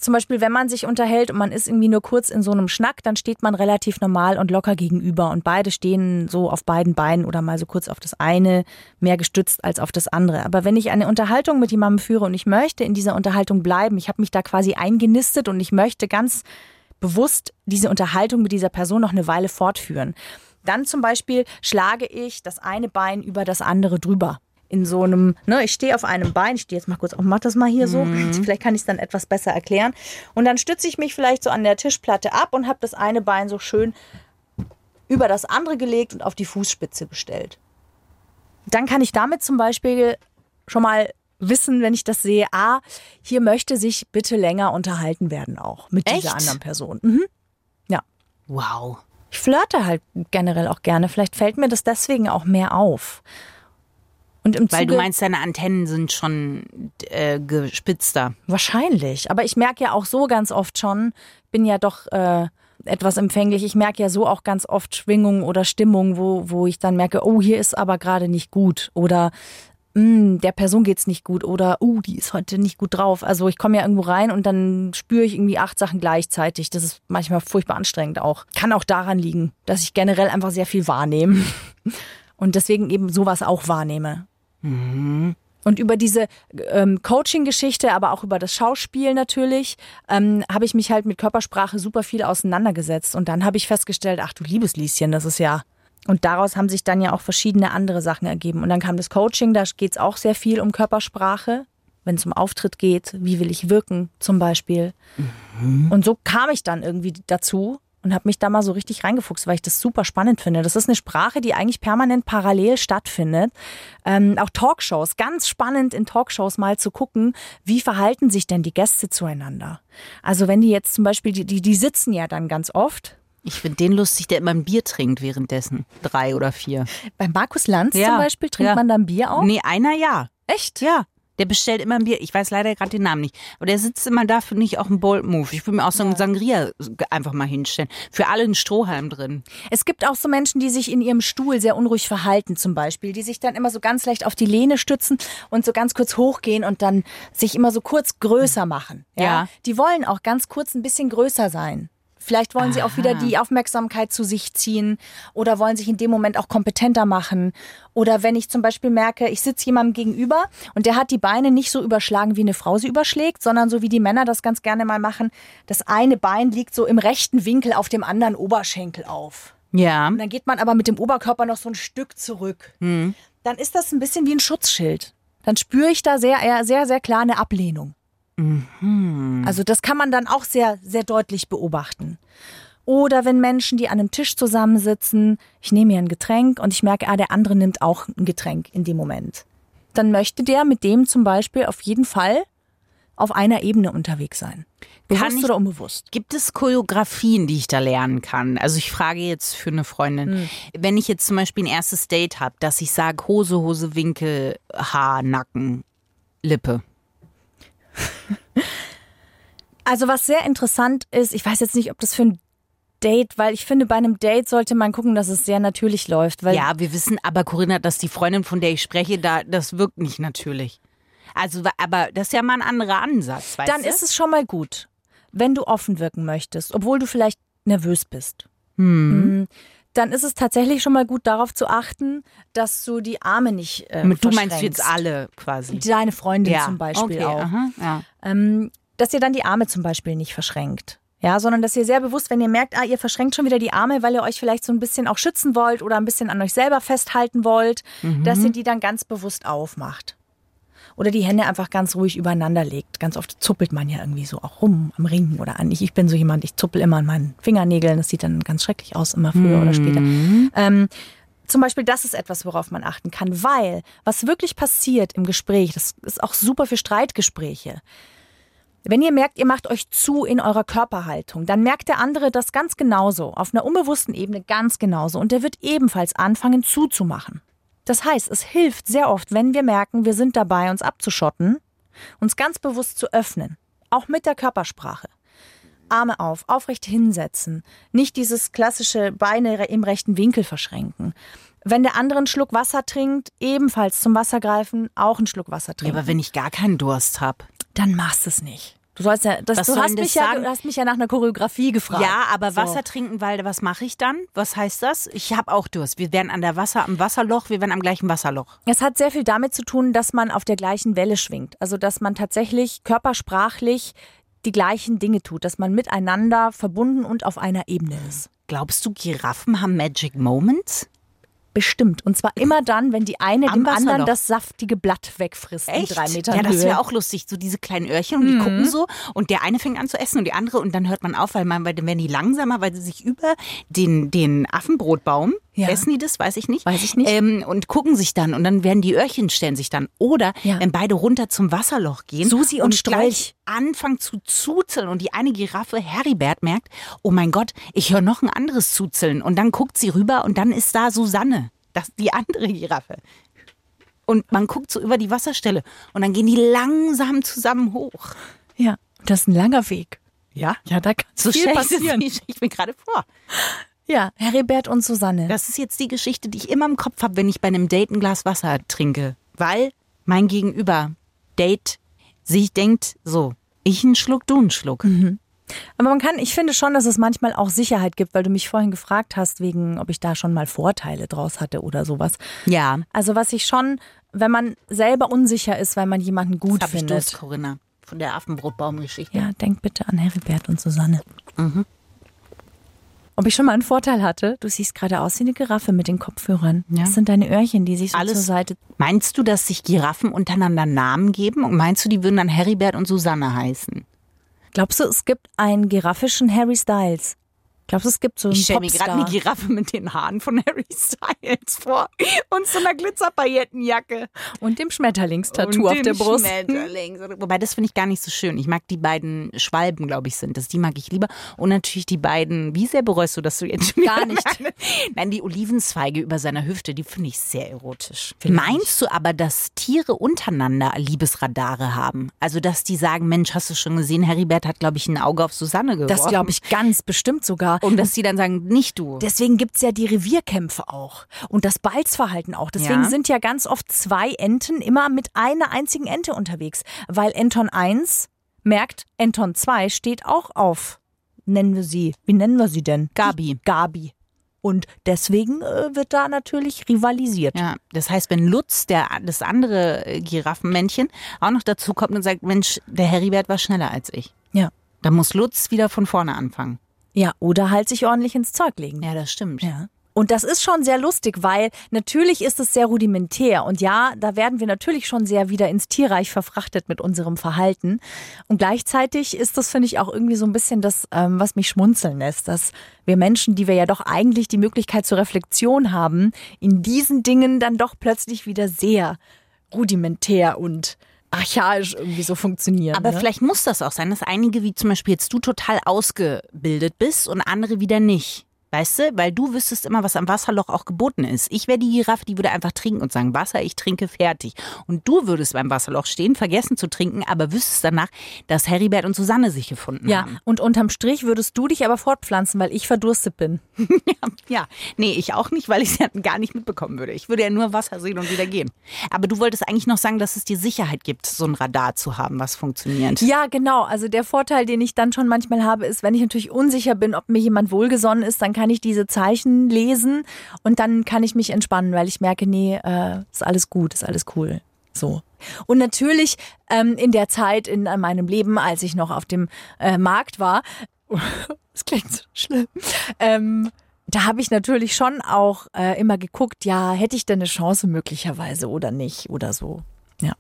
[SPEAKER 1] zum Beispiel, wenn man sich unterhält und man ist irgendwie nur kurz in so einem Schnack, dann steht man relativ normal und locker gegenüber und beide stehen so auf beiden Beinen oder mal so kurz auf das eine, mehr gestützt als auf das andere. Aber wenn ich eine Unterhaltung mit jemandem führe und ich möchte in dieser Unterhaltung bleiben, ich habe mich da quasi eingenistet und ich möchte ganz bewusst diese Unterhaltung mit dieser Person noch eine Weile fortführen. Dann zum Beispiel schlage ich das eine Bein über das andere drüber. In so einem, ne, ich stehe auf einem Bein, ich stehe jetzt mal kurz auf, mach das mal hier so, vielleicht kann ich es dann etwas besser erklären. Und dann stütze ich mich vielleicht so an der Tischplatte ab und habe das eine Bein so schön über das andere gelegt und auf die Fußspitze gestellt. Dann kann ich damit zum Beispiel schon mal wissen, wenn ich das sehe, ah, hier möchte sich bitte länger unterhalten werden auch mit
[SPEAKER 2] Echt?
[SPEAKER 1] dieser anderen Person. Mhm.
[SPEAKER 2] Wow.
[SPEAKER 1] Ich flirte halt generell auch gerne. Vielleicht fällt mir das deswegen auch mehr auf. Und im
[SPEAKER 2] Weil
[SPEAKER 1] Zuge
[SPEAKER 2] du meinst, deine Antennen sind schon äh, gespitzter.
[SPEAKER 1] wahrscheinlich. Aber ich merke ja auch so ganz oft schon, bin ja doch äh, etwas empfänglich. Ich merke ja so auch ganz oft Schwingungen oder Stimmungen, wo, wo ich dann merke, oh, hier ist aber gerade nicht gut oder "Mm, der Person geht's nicht gut oder oh, die ist heute nicht gut drauf. Also ich komme ja irgendwo rein und dann spüre ich irgendwie acht Sachen gleichzeitig. Das ist manchmal furchtbar anstrengend auch. Kann auch daran liegen, dass ich generell einfach sehr viel wahrnehme. und deswegen eben sowas auch wahrnehme. Und über diese ähm, Coaching-Geschichte, aber auch über das Schauspiel natürlich, ähm, habe ich mich halt mit Körpersprache super viel auseinandergesetzt. Und dann habe ich festgestellt, ach du liebes Lieschen, das ist ja. Und daraus haben sich dann ja auch verschiedene andere Sachen ergeben. Und dann kam das Coaching, da geht es auch sehr viel um Körpersprache, wenn es um Auftritt geht, wie will ich wirken zum Beispiel. Und so kam ich dann irgendwie dazu und habe mich da mal so richtig reingefuchst, weil ich das super spannend finde. Das ist eine Sprache, die eigentlich permanent parallel stattfindet. Ähm, auch Talkshows, ganz spannend in Talkshows mal zu gucken, wie verhalten sich denn die Gäste zueinander. Also wenn die jetzt zum Beispiel, die, die, die sitzen ja dann ganz oft.
[SPEAKER 2] Ich finde den lustig, der immer ein Bier trinkt währenddessen. Drei oder vier.
[SPEAKER 1] Bei Markus Lanz
[SPEAKER 2] Ja,
[SPEAKER 1] zum Beispiel trinkt
[SPEAKER 2] ja.
[SPEAKER 1] man dann Bier auch.
[SPEAKER 2] Nee, einer ja.
[SPEAKER 1] Echt?
[SPEAKER 2] Ja. Der bestellt immer ein Bier. Ich weiß leider gerade den Namen nicht. Aber der sitzt immer da, finde ich, auch ein Bold Move. Ich will mir auch so einen Sangria einfach mal hinstellen. Für alle einen Strohhalm drin.
[SPEAKER 1] Es gibt auch so Menschen, die sich in ihrem Stuhl sehr unruhig verhalten, zum Beispiel, die sich dann immer so ganz leicht auf die Lehne stützen und so ganz kurz hochgehen und dann sich immer so kurz größer machen. Ja.
[SPEAKER 2] Ja.
[SPEAKER 1] Die wollen auch ganz kurz ein bisschen größer sein. Vielleicht wollen sie auch wieder die Aufmerksamkeit zu sich ziehen oder wollen sich in dem Moment auch kompetenter machen. Oder wenn ich zum Beispiel merke, ich sitze jemandem gegenüber und der hat die Beine nicht so überschlagen, wie eine Frau sie überschlägt, sondern so wie die Männer das ganz gerne mal machen, das eine Bein liegt so im rechten Winkel auf dem anderen Oberschenkel auf.
[SPEAKER 2] Ja.
[SPEAKER 1] Und dann geht man aber mit dem Oberkörper noch so ein Stück zurück.
[SPEAKER 2] Hm.
[SPEAKER 1] Dann ist das ein bisschen wie ein Schutzschild. Dann spüre ich da sehr, eher sehr, sehr klar eine Ablehnung.
[SPEAKER 2] Mhm.
[SPEAKER 1] Also das kann man dann auch sehr, sehr deutlich beobachten. Oder wenn Menschen, die an einem Tisch zusammensitzen, ich nehme mir ein Getränk und ich merke, ah, der andere nimmt auch ein Getränk in dem Moment. Dann möchte der mit dem zum Beispiel auf jeden Fall auf einer Ebene unterwegs sein.
[SPEAKER 2] Kann
[SPEAKER 1] Bewusst
[SPEAKER 2] ich-
[SPEAKER 1] oder unbewusst.
[SPEAKER 2] Gibt es Choreografien, die ich da lernen kann? Also ich frage jetzt für eine Freundin, wenn ich jetzt zum Beispiel ein erstes Date habe, dass ich sage Hose, Hose, Winkel, Haar, Nacken, Lippe.
[SPEAKER 1] Also was sehr interessant ist, ich weiß jetzt nicht, ob das für ein Date, weil ich finde, bei einem Date sollte man gucken, dass es sehr natürlich läuft. Weil
[SPEAKER 2] Ja, wir wissen aber, Corinna, dass die Freundin, von der ich spreche, da das wirkt nicht natürlich. Also, wa- aber das ist ja mal ein anderer Ansatz, weißt
[SPEAKER 1] Dann
[SPEAKER 2] du?
[SPEAKER 1] ist es schon mal gut, wenn du offen wirken möchtest, obwohl du vielleicht nervös bist.
[SPEAKER 2] hm.
[SPEAKER 1] Mhm. Dann ist es tatsächlich schon mal gut, darauf zu achten, dass du die Arme nicht äh,
[SPEAKER 2] Du meinst
[SPEAKER 1] verschränkst.
[SPEAKER 2] jetzt alle quasi.
[SPEAKER 1] Deine Freundin
[SPEAKER 2] ja.
[SPEAKER 1] zum Beispiel
[SPEAKER 2] okay,
[SPEAKER 1] auch.
[SPEAKER 2] Aha, ja.
[SPEAKER 1] ähm, dass ihr dann die Arme zum Beispiel nicht verschränkt. Ja, sondern dass ihr sehr bewusst, wenn ihr merkt, ah, ihr verschränkt schon wieder die Arme, weil ihr euch vielleicht so ein bisschen auch schützen wollt oder ein bisschen an euch selber festhalten wollt, dass ihr die dann ganz bewusst aufmacht. Oder die Hände einfach ganz ruhig übereinander legt. Ganz oft zuppelt man ja irgendwie so auch rum am Ringen oder an. Ich, ich bin so jemand, ich zuppel immer an meinen Fingernägeln. Das sieht dann ganz schrecklich aus, immer früher oder später. Ähm, zum Beispiel, das ist etwas, worauf man achten kann, weil was wirklich passiert im Gespräch, das ist auch super für Streitgespräche. Wenn ihr merkt, ihr macht euch zu in eurer Körperhaltung, dann merkt der andere das ganz genauso, auf einer unbewussten Ebene ganz genauso und der wird ebenfalls anfangen zuzumachen. Das heißt, es hilft sehr oft, wenn wir merken, wir sind dabei, uns abzuschotten, uns ganz bewusst zu öffnen, auch mit der Körpersprache. Arme auf, aufrecht hinsetzen, nicht dieses klassische Beine im rechten Winkel verschränken. Wenn der andere einen Schluck Wasser trinkt, ebenfalls zum Wasser greifen, auch einen Schluck Wasser
[SPEAKER 2] Ja,
[SPEAKER 1] trinken
[SPEAKER 2] aber wenn ich gar keinen Durst habe.
[SPEAKER 1] dann machst du es nicht. Du sollst ja, das,
[SPEAKER 2] Was
[SPEAKER 1] du
[SPEAKER 2] soll
[SPEAKER 1] hast
[SPEAKER 2] denn das
[SPEAKER 1] mich ja,
[SPEAKER 2] sagen?
[SPEAKER 1] du hast mich ja nach einer Choreografie gefragt.
[SPEAKER 2] Ja, aber
[SPEAKER 1] So.
[SPEAKER 2] Wasser trinken, weil was mache ich dann? Was heißt das? Ich habe auch Durst. Wir wären an der Wasser, am Wasserloch, wir wären am gleichen Wasserloch.
[SPEAKER 1] Es hat sehr viel damit zu tun, dass man auf der gleichen Welle schwingt. Also, dass man tatsächlich körpersprachlich die gleichen Dinge tut, dass man miteinander verbunden und auf einer Ebene ist.
[SPEAKER 2] Glaubst du, Giraffen haben Magic Moments?
[SPEAKER 1] Bestimmt. Und zwar immer dann, wenn die eine
[SPEAKER 2] Am
[SPEAKER 1] dem anderen
[SPEAKER 2] Wasserloch.
[SPEAKER 1] das saftige Blatt wegfrisst in drei Metern
[SPEAKER 2] ja, das
[SPEAKER 1] Höhe. Mhm.
[SPEAKER 2] wäre auch lustig. So diese kleinen Öhrchen und die gucken so und der eine fängt an zu essen und die andere und dann hört man auf, weil man, weil dann werden die langsamer, weil sie sich über den, den Affenbrotbaum,
[SPEAKER 1] Ja.
[SPEAKER 2] essen die das, weiß ich nicht.
[SPEAKER 1] Weiß ich nicht.
[SPEAKER 2] Ähm, und gucken sich dann und dann werden die Öhrchen stellen sich dann. Oder
[SPEAKER 1] Ja.
[SPEAKER 2] wenn beide runter zum Wasserloch gehen.
[SPEAKER 1] Susi und Strolch.
[SPEAKER 2] gleich anfangen zu zuzeln und die eine Giraffe, Heribert, merkt, oh mein Gott, ich höre noch ein anderes Zuzeln und dann guckt sie rüber und dann ist da Susanne, das, die andere Giraffe. Und man guckt so über die Wasserstelle und dann gehen die langsam zusammen hoch.
[SPEAKER 1] ja. Das ist ein langer Weg.
[SPEAKER 2] Ja?
[SPEAKER 1] Ja, da kann
[SPEAKER 2] So
[SPEAKER 1] viel
[SPEAKER 2] stell ich das
[SPEAKER 1] passieren.
[SPEAKER 2] mir- Ich bin gerade vor.
[SPEAKER 1] Ja, Heribert und Susanne.
[SPEAKER 2] Das ist jetzt die Geschichte, die ich immer im Kopf habe, wenn ich bei einem Date ein Glas Wasser trinke. Weil mein Gegenüber, Date, sich denkt so, ich einen Schluck, du einen Schluck.
[SPEAKER 1] Mhm. Aber man kann, ich finde schon, dass es manchmal auch Sicherheit gibt, weil du mich vorhin gefragt hast, wegen, ob ich da schon mal Vorteile draus hatte oder sowas.
[SPEAKER 2] Ja.
[SPEAKER 1] Also was ich schon, wenn man selber unsicher ist, weil man jemanden gut
[SPEAKER 2] Hab ich Durst,
[SPEAKER 1] findet.
[SPEAKER 2] Corinna. Von der Affenbrotbaumgeschichte.
[SPEAKER 1] Ja, denk bitte an Heribert und Susanne.
[SPEAKER 2] Mhm.
[SPEAKER 1] Ob ich schon mal einen Vorteil hatte? Du siehst gerade aus wie eine Giraffe mit den Kopfhörern.
[SPEAKER 2] Ja.
[SPEAKER 1] Das sind deine Öhrchen, die sich so
[SPEAKER 2] Alles-
[SPEAKER 1] zur Seite.
[SPEAKER 2] Meinst du, dass sich Giraffen untereinander Namen geben? Und meinst du, die würden dann Heribert und Susanne heißen?
[SPEAKER 1] Glaubst du, es gibt einen giraffischen Harry Styles? Glaubst du, es gibt so einen
[SPEAKER 2] Ich stelle mir gerade eine
[SPEAKER 1] Popstar?
[SPEAKER 2] Giraffe mit den Haaren von Harry Styles vor und so einer Glitzerpaillettenjacke.
[SPEAKER 1] Und dem Schmetterlingstattoo auf
[SPEAKER 2] dem
[SPEAKER 1] der Brust.
[SPEAKER 2] Schmetterling. Wobei, das finde ich gar nicht so schön. Ich mag die beiden Schwalben, glaube ich, sind das. Die mag ich lieber. Und natürlich die beiden, wie sehr bereust du, dass du jetzt schon
[SPEAKER 1] Gar
[SPEAKER 2] wieder- Nein, die Olivenzweige über seiner Hüfte, die finde ich sehr erotisch.
[SPEAKER 1] Vielleicht.
[SPEAKER 2] Meinst du aber, dass Tiere untereinander Liebesradare haben? Also, dass die sagen, Mensch, hast du schon gesehen, Heribert hat, glaube ich, ein Auge auf Susanne geworfen.
[SPEAKER 1] Das glaube ich ganz bestimmt sogar.
[SPEAKER 2] Und dass die dann sagen, nicht du.
[SPEAKER 1] Deswegen gibt's ja die Revierkämpfe auch und das Balzverhalten auch. Deswegen
[SPEAKER 2] Ja.
[SPEAKER 1] sind ja ganz oft zwei Enten immer mit einer einzigen Ente unterwegs, weil Enton 1 merkt, Enton 2 steht auch auf. Nennen wir sie. Wie nennen wir sie denn?
[SPEAKER 2] Gabi.
[SPEAKER 1] Gabi. Und deswegen äh, wird da natürlich rivalisiert.
[SPEAKER 2] Ja, das heißt, wenn Lutz, der, das andere äh, Giraffenmännchen, auch noch dazu kommt und sagt, Mensch, der Heribert war schneller als ich,
[SPEAKER 1] Ja.
[SPEAKER 2] dann muss Lutz wieder von vorne anfangen.
[SPEAKER 1] Ja, oder halt sich ordentlich ins Zeug legen.
[SPEAKER 2] Ja, das stimmt.
[SPEAKER 1] Ja. Und das ist schon sehr lustig, weil natürlich ist es sehr rudimentär. Und ja, da werden wir natürlich schon sehr wieder ins Tierreich verfrachtet mit unserem Verhalten. Und gleichzeitig ist das, finde ich, auch irgendwie so ein bisschen das, ähm, was mich schmunzeln lässt, dass wir Menschen, die wir ja doch eigentlich die Möglichkeit zur Reflexion haben, in diesen Dingen dann doch plötzlich wieder sehr rudimentär und archaisch irgendwie so funktionieren.
[SPEAKER 2] Aber
[SPEAKER 1] ne?
[SPEAKER 2] vielleicht muss das auch sein, dass einige, wie zum Beispiel jetzt du, total ausgebildet bist und andere wieder nicht. Weißt du, weil du wüsstest immer, was am Wasserloch auch geboten ist. Ich wäre die Giraffe, die würde einfach trinken und sagen, Wasser, ich trinke fertig. Und du würdest beim Wasserloch stehen, vergessen zu trinken, aber wüsstest danach, dass Heribert und Susanne sich gefunden
[SPEAKER 1] Ja,
[SPEAKER 2] haben.
[SPEAKER 1] und unterm Strich würdest du dich aber fortpflanzen, weil ich verdurstet bin.
[SPEAKER 2] Ja, nee, ich auch nicht, weil ich sie gar nicht mitbekommen würde. Ich würde ja nur Wasser sehen und wieder gehen. Aber du wolltest eigentlich noch sagen, dass es dir Sicherheit gibt, so ein Radar zu haben, was funktioniert.
[SPEAKER 1] Ja, genau. Also der Vorteil, den ich dann schon manchmal habe, ist, wenn ich natürlich unsicher bin, ob mir jemand wohlgesonnen ist, dann kann ich diese Zeichen lesen und dann kann ich mich entspannen, weil ich merke, nee, äh, ist alles gut, ist alles cool. So. Und natürlich ähm, in der Zeit in äh, meinem Leben, als ich noch auf dem äh, Markt war, das klingt so schlimm, ähm, da habe ich natürlich schon auch äh, immer geguckt, ja, hätte ich denn eine Chance möglicherweise oder nicht oder so. Ja.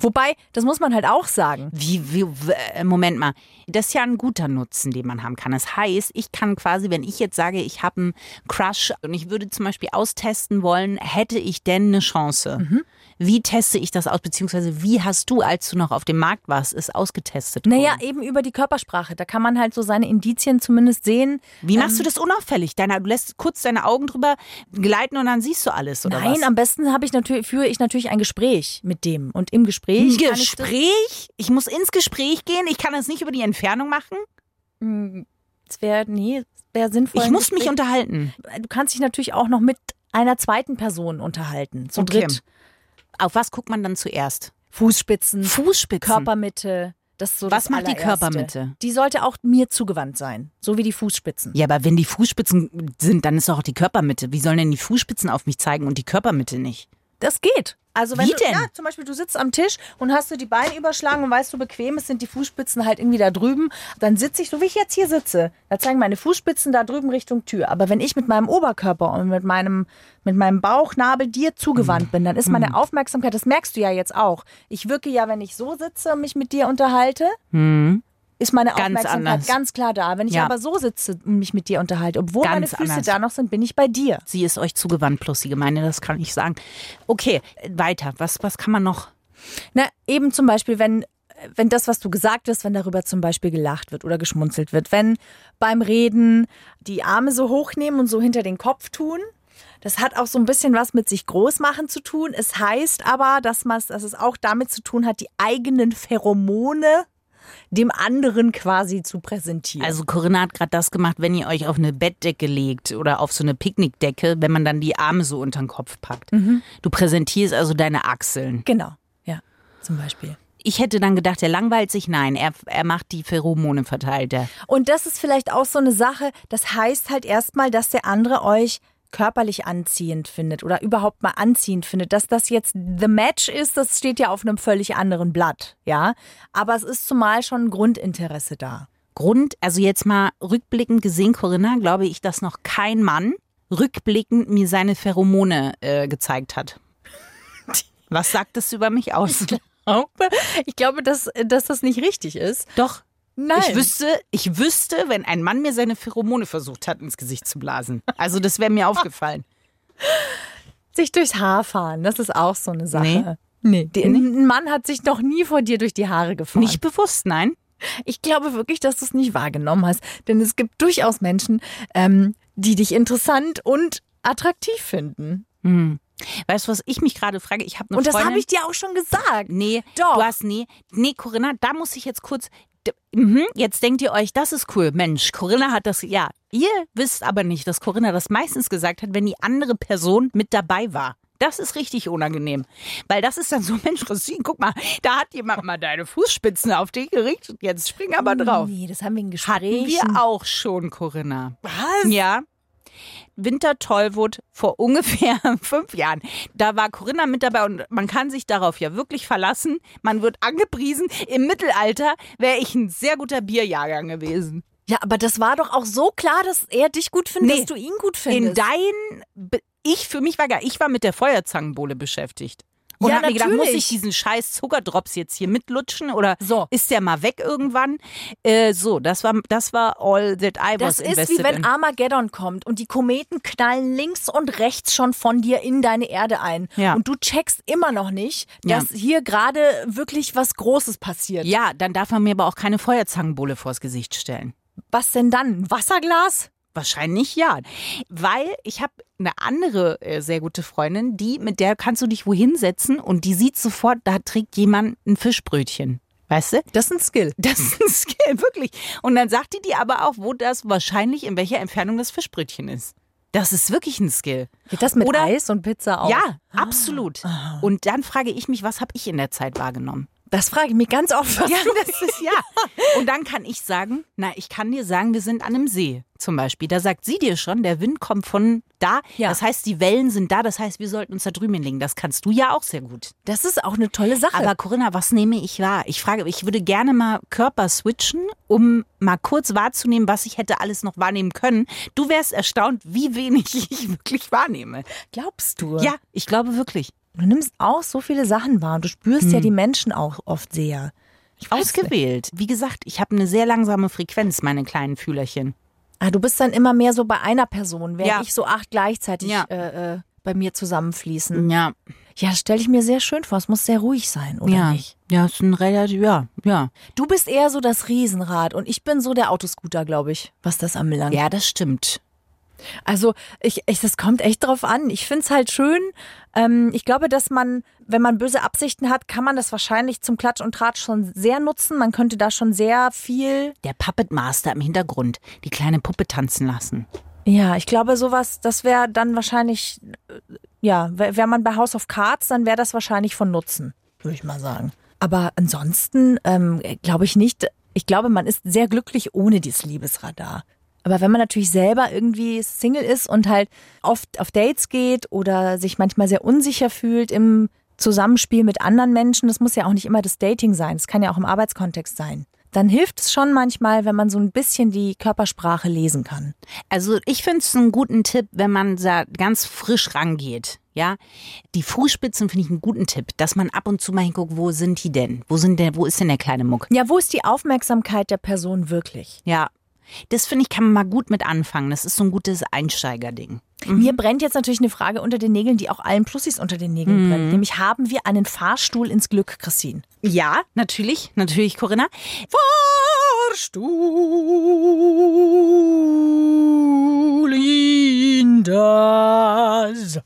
[SPEAKER 1] Wobei, das muss man halt auch sagen.
[SPEAKER 2] Wie, wie, w- äh, Moment mal, das ist ja ein guter Nutzen, den man haben kann. Das heißt, ich kann quasi, wenn ich jetzt sage, ich habe einen Crush und ich würde zum Beispiel austesten wollen, hätte ich denn eine Chance?
[SPEAKER 1] Mhm.
[SPEAKER 2] Wie teste ich das aus? Beziehungsweise wie hast du, als du noch auf dem Markt warst, es ausgetestet?
[SPEAKER 1] Naja,
[SPEAKER 2] worden?
[SPEAKER 1] eben über die Körpersprache. Da kann man halt so seine Indizien zumindest sehen.
[SPEAKER 2] Wie machst
[SPEAKER 1] Ähm.
[SPEAKER 2] du das unauffällig? Deine, du lässt kurz deine Augen drüber gleiten und dann siehst du alles, oder
[SPEAKER 1] Nein,
[SPEAKER 2] was?
[SPEAKER 1] am besten habe ich natürlich, führe ich natürlich ein Gespräch mit dem. Und im Gespräch. kann ich das-
[SPEAKER 2] Gespräch? Ich muss ins Gespräch gehen? Ich kann das nicht über die Entfernung machen?
[SPEAKER 1] Hm, Es wäre, nee, es wäre sinnvoll.
[SPEAKER 2] Ich
[SPEAKER 1] ein
[SPEAKER 2] muss mich
[SPEAKER 1] Gespräch-
[SPEAKER 2] unterhalten.
[SPEAKER 1] Du kannst dich natürlich auch noch mit einer zweiten Person unterhalten. Zu
[SPEAKER 2] Okay.
[SPEAKER 1] dritt.
[SPEAKER 2] Auf was guckt man dann zuerst?
[SPEAKER 1] Fußspitzen,
[SPEAKER 2] Fußspitzen.
[SPEAKER 1] Körpermitte. Das ist so
[SPEAKER 2] Was
[SPEAKER 1] das
[SPEAKER 2] macht die
[SPEAKER 1] Allererste.
[SPEAKER 2] Körpermitte?
[SPEAKER 1] Die sollte auch mir zugewandt sein. So wie die Fußspitzen.
[SPEAKER 2] Ja, aber wenn die Fußspitzen sind, dann ist doch auch die Körpermitte. Wie sollen denn die Fußspitzen auf mich zeigen und die Körpermitte nicht?
[SPEAKER 1] Das geht. Also wenn
[SPEAKER 2] Wie
[SPEAKER 1] du,
[SPEAKER 2] denn?
[SPEAKER 1] Ja, zum Beispiel, du sitzt am Tisch und hast du die Beine überschlagen und weißt du, bequem ist, sind die Fußspitzen halt irgendwie da drüben. Dann sitze ich, so wie ich jetzt hier sitze, da zeigen meine Fußspitzen da drüben Richtung Tür. Aber wenn ich mit meinem Oberkörper und mit meinem, mit meinem Bauchnabel dir
[SPEAKER 2] Hm.
[SPEAKER 1] zugewandt bin, dann ist meine Aufmerksamkeit, das merkst du ja jetzt auch. Ich wirke ja, wenn ich so sitze und mich mit dir unterhalte, ist meine Aufmerksamkeit
[SPEAKER 2] Hm. anders.
[SPEAKER 1] ganz klar da. Wenn ich
[SPEAKER 2] Ja.
[SPEAKER 1] aber so sitze und mich mit dir unterhalte, obwohl
[SPEAKER 2] Ganz
[SPEAKER 1] meine Füße
[SPEAKER 2] anders.
[SPEAKER 1] da noch sind, bin ich bei dir.
[SPEAKER 2] Sie ist euch zugewandt, plus die Gemeinde, das kann ich sagen. Okay, weiter. Was, was kann man noch?
[SPEAKER 1] Na, eben zum Beispiel, wenn, wenn das, was du gesagt hast, wenn darüber zum Beispiel gelacht wird oder geschmunzelt wird, wenn beim Reden die Arme so hochnehmen und so hinter den Kopf tun. Das hat auch so ein bisschen was mit sich groß machen zu tun. Es heißt aber, dass, man, dass es auch damit zu tun hat, die eigenen Pheromone dem anderen quasi zu präsentieren.
[SPEAKER 2] Also Corinna hat gerade das gemacht, wenn ihr euch auf eine Bettdecke legt oder auf so eine Picknickdecke, wenn man dann die Arme so unter den Kopf packt. Du präsentierst also deine Achseln.
[SPEAKER 1] genau, ja, zum Beispiel.
[SPEAKER 2] Ich hätte dann gedacht, er langweilt sich. Nein, er, er macht die Pheromone verteilt. Der.
[SPEAKER 1] Und das ist vielleicht auch so eine Sache, das heißt halt erstmal, dass der andere euch körperlich anziehend findet oder überhaupt mal anziehend findet. Dass das jetzt The Match ist, das steht ja auf einem völlig anderen Blatt, ja. Aber es ist zumal schon ein Grundinteresse da.
[SPEAKER 2] Grund, also jetzt mal rückblickend gesehen, Corinna, glaube ich, dass noch kein Mann rückblickend mir seine Pheromone äh, gezeigt hat. Was sagt das über mich aus?
[SPEAKER 1] Ich glaube, dass, dass das nicht richtig ist.
[SPEAKER 2] Doch,
[SPEAKER 1] Nein.
[SPEAKER 2] ich wüsste, ich wüsste, wenn ein Mann mir seine Pheromone versucht hat, ins Gesicht zu blasen. Also das wäre mir aufgefallen.
[SPEAKER 1] Ah. sich durchs Haar fahren, das ist auch so eine Sache. Nee. Die, Ein Mann hat sich noch nie vor dir durch die Haare gefahren.
[SPEAKER 2] Nicht bewusst, nein.
[SPEAKER 1] Ich glaube wirklich, dass du es nicht wahrgenommen hast, denn es gibt durchaus Menschen, ähm, die dich interessant und attraktiv finden.
[SPEAKER 2] Weißt du, was ich mich gerade frage? Ich habe eine
[SPEAKER 1] Und das
[SPEAKER 2] Freundin.
[SPEAKER 1] habe ich dir auch schon gesagt.
[SPEAKER 2] Nee,
[SPEAKER 1] Doch.
[SPEAKER 2] du hast nee. Nee, Corinna, da muss ich jetzt kurz. d- Mhm, jetzt denkt ihr euch, das ist cool. Mensch, Corinna hat das. Ja, ihr wisst aber nicht, dass Corinna das meistens gesagt hat, wenn die andere Person mit dabei war. Das ist richtig unangenehm. Weil das ist dann so, Mensch, Christine, guck mal, da hat jemand mal deine Fußspitzen auf dich gerichtet. Jetzt spring aber drauf.
[SPEAKER 1] Nee, das haben wir in
[SPEAKER 2] Hatten
[SPEAKER 1] Gesprächen.
[SPEAKER 2] wir auch schon, Corinna.
[SPEAKER 1] Was?
[SPEAKER 2] Ja. Winter Tollwood vor ungefähr fünf Jahren. Da war Corinna mit dabei und man kann sich darauf ja wirklich verlassen. Man wird angepriesen. Im Mittelalter wäre ich ein sehr guter Bierjahrgang gewesen.
[SPEAKER 1] Ja, aber das war doch auch so klar, dass er dich gut findet,
[SPEAKER 2] Nee.
[SPEAKER 1] dass du ihn gut
[SPEAKER 2] In
[SPEAKER 1] findest.
[SPEAKER 2] dein. Be- Ich für mich war gar. Ich war mit der Feuerzangenbowle beschäftigt. Und
[SPEAKER 1] Ja,
[SPEAKER 2] hab mir gedacht, muss ich
[SPEAKER 1] natürlich.
[SPEAKER 2] diesen scheiß Zuckerdrops jetzt hier mitlutschen oder
[SPEAKER 1] So.
[SPEAKER 2] ist der mal weg irgendwann? Äh, so, das war, das war all that I was
[SPEAKER 1] das ist
[SPEAKER 2] invested
[SPEAKER 1] wie wenn
[SPEAKER 2] in.
[SPEAKER 1] Armageddon kommt und die Kometen knallen links und rechts schon von dir in deine Erde ein.
[SPEAKER 2] Ja.
[SPEAKER 1] Und du checkst immer noch nicht,
[SPEAKER 2] Ja.
[SPEAKER 1] dass hier gerade wirklich was Großes passiert.
[SPEAKER 2] Ja, dann darf man mir aber auch keine Feuerzangenbowle vors Gesicht stellen.
[SPEAKER 1] Was denn dann? Ein Wasserglas?
[SPEAKER 2] Wahrscheinlich ja, weil ich habe eine andere äh, sehr gute Freundin, die mit der kannst du dich wohin setzen und die sieht sofort, da trägt jemand ein Fischbrötchen. Weißt du?
[SPEAKER 1] Das ist ein Skill. Hm.
[SPEAKER 2] Das ist ein Skill, wirklich. Und dann sagt die dir aber auch, wo das wahrscheinlich in welcher Entfernung das Fischbrötchen ist. Das ist wirklich ein Skill.
[SPEAKER 1] Geht das mit
[SPEAKER 2] Oder-
[SPEAKER 1] Eis und Pizza auch?
[SPEAKER 2] Ja, absolut. Und dann frage ich mich, was habe ich in der Zeit wahrgenommen?
[SPEAKER 1] Das frage ich mich ganz oft. Was
[SPEAKER 2] Ja,
[SPEAKER 1] du-
[SPEAKER 2] das ist ja. Und dann kann ich sagen, na, ich kann dir sagen, wir sind an einem See zum Beispiel. Da sagt sie dir schon, der Wind kommt von da.
[SPEAKER 1] Ja.
[SPEAKER 2] Das heißt, die Wellen sind da. Das heißt, wir sollten uns da drüben hinlegen. Das kannst du ja auch sehr gut.
[SPEAKER 1] Das ist auch eine tolle Sache.
[SPEAKER 2] Aber Corinna, was nehme ich wahr? Ich frage, ich würde gerne mal Körper switchen, um mal kurz wahrzunehmen, was ich hätte alles noch wahrnehmen können. Du wärst erstaunt, wie wenig ich wirklich wahrnehme.
[SPEAKER 1] glaubst du?
[SPEAKER 2] Ja, ich glaube wirklich.
[SPEAKER 1] Du nimmst auch so viele Sachen wahr und du spürst ja die Menschen auch oft sehr. Ich
[SPEAKER 2] Ausgewählt. Wie gesagt, ich habe eine sehr langsame Frequenz, meine kleinen Fühlerchen.
[SPEAKER 1] Ah, du bist dann immer mehr so bei einer Person, während
[SPEAKER 2] Ja.
[SPEAKER 1] ich so acht gleichzeitig
[SPEAKER 2] Ja.
[SPEAKER 1] äh, äh, bei mir zusammenfließen.
[SPEAKER 2] Ja,
[SPEAKER 1] Ja, stelle ich mir sehr schön vor. Es muss sehr ruhig sein, oder
[SPEAKER 2] ja.
[SPEAKER 1] nicht?
[SPEAKER 2] Ja, ist ein relativ, ja, ja.
[SPEAKER 1] Du bist eher so das Riesenrad und ich bin so der Autoscooter, glaube ich, was das anbelangt.
[SPEAKER 2] Ja, das stimmt.
[SPEAKER 1] Also ich, ich, das kommt echt drauf an. Ich find's halt schön. Ähm, ich glaube, dass man, wenn man böse Absichten hat, kann man das wahrscheinlich zum Klatsch und Tratsch schon sehr nutzen. Man könnte da schon sehr viel.
[SPEAKER 2] Der Puppet Master im Hintergrund, die kleine Puppe tanzen lassen.
[SPEAKER 1] Ja, ich glaube, sowas, das wäre dann wahrscheinlich, äh, ja, wäre wär man bei House of Cards, dann wäre das wahrscheinlich von Nutzen, würde ich mal sagen. Aber ansonsten ähm, glaube ich nicht. Ich glaube, man ist sehr glücklich ohne dieses Liebesradar. Aber wenn man natürlich selber irgendwie Single ist und halt oft auf Dates geht oder sich manchmal sehr unsicher fühlt im Zusammenspiel mit anderen Menschen, das muss ja auch nicht immer das Dating sein, das kann ja auch im Arbeitskontext sein, dann hilft es schon manchmal, wenn man so ein bisschen die Körpersprache lesen kann.
[SPEAKER 2] Also ich finde es einen guten Tipp, wenn man da ganz frisch rangeht. Ja, die Fußspitzen finde ich einen guten Tipp, dass man ab und zu mal hinguckt, wo sind die denn? Wo sind denn, wo ist denn der kleine Muck?
[SPEAKER 1] Ja, wo ist die Aufmerksamkeit der Person wirklich?
[SPEAKER 2] Ja, das finde ich kann man mal gut mit anfangen. Das ist so ein gutes Einsteigerding.
[SPEAKER 1] Mir brennt jetzt natürlich eine Frage unter den Nägeln, die auch allen Plussis unter den
[SPEAKER 2] Mhm.
[SPEAKER 1] Nägeln brennt. Nämlich, haben wir einen Fahrstuhl ins Glück, Christine?
[SPEAKER 2] Ja, natürlich, natürlich, Corinna. Fahrstuhl in das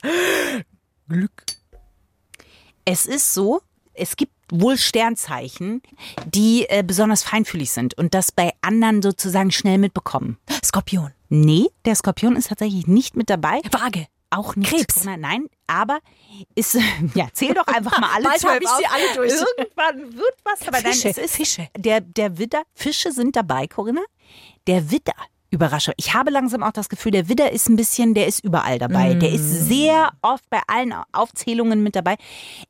[SPEAKER 2] Glück. Es ist so, es gibt wohl Sternzeichen, die äh, besonders feinfühlig sind und das bei anderen sozusagen schnell mitbekommen.
[SPEAKER 1] Skorpion,
[SPEAKER 2] Nee, der Skorpion ist tatsächlich nicht mit dabei.
[SPEAKER 1] Waage.
[SPEAKER 2] Auch nicht
[SPEAKER 1] Krebs.
[SPEAKER 2] Corona, nein, aber ist, ja, zähl doch einfach mal alle
[SPEAKER 1] Bald
[SPEAKER 2] zwölf
[SPEAKER 1] hab ich sie
[SPEAKER 2] auf.
[SPEAKER 1] alle durch.
[SPEAKER 2] Irgendwann wird was, aber
[SPEAKER 1] Fische,
[SPEAKER 2] nein, es ist
[SPEAKER 1] Fische.
[SPEAKER 2] Der, der Widder, Fische sind dabei, Corinna. Der Widder, Überraschung. Ich habe langsam auch das Gefühl, der Widder ist ein bisschen, der ist überall dabei. Der
[SPEAKER 1] Mm.
[SPEAKER 2] ist sehr oft bei allen Aufzählungen mit dabei.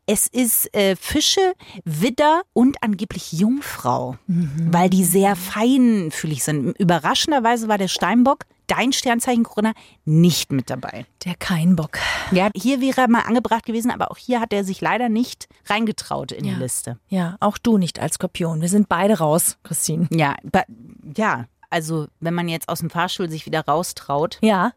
[SPEAKER 2] Es ist äh, Fische, Widder und angeblich Jungfrau,
[SPEAKER 1] Mhm.
[SPEAKER 2] weil die sehr feinfühlig sind. Überraschenderweise war der Steinbock, dein Sternzeichen Corinna, nicht mit dabei.
[SPEAKER 1] Der kein Bock.
[SPEAKER 2] Ja, hier wäre er mal angebracht gewesen, aber auch hier hat er sich leider nicht reingetraut in
[SPEAKER 1] Ja.
[SPEAKER 2] die Liste.
[SPEAKER 1] Ja, auch du nicht als Skorpion. Wir sind beide raus, Christine.
[SPEAKER 2] Ja, ba- ja, also wenn man jetzt aus dem Fahrstuhl sich wieder raustraut,
[SPEAKER 1] Ja,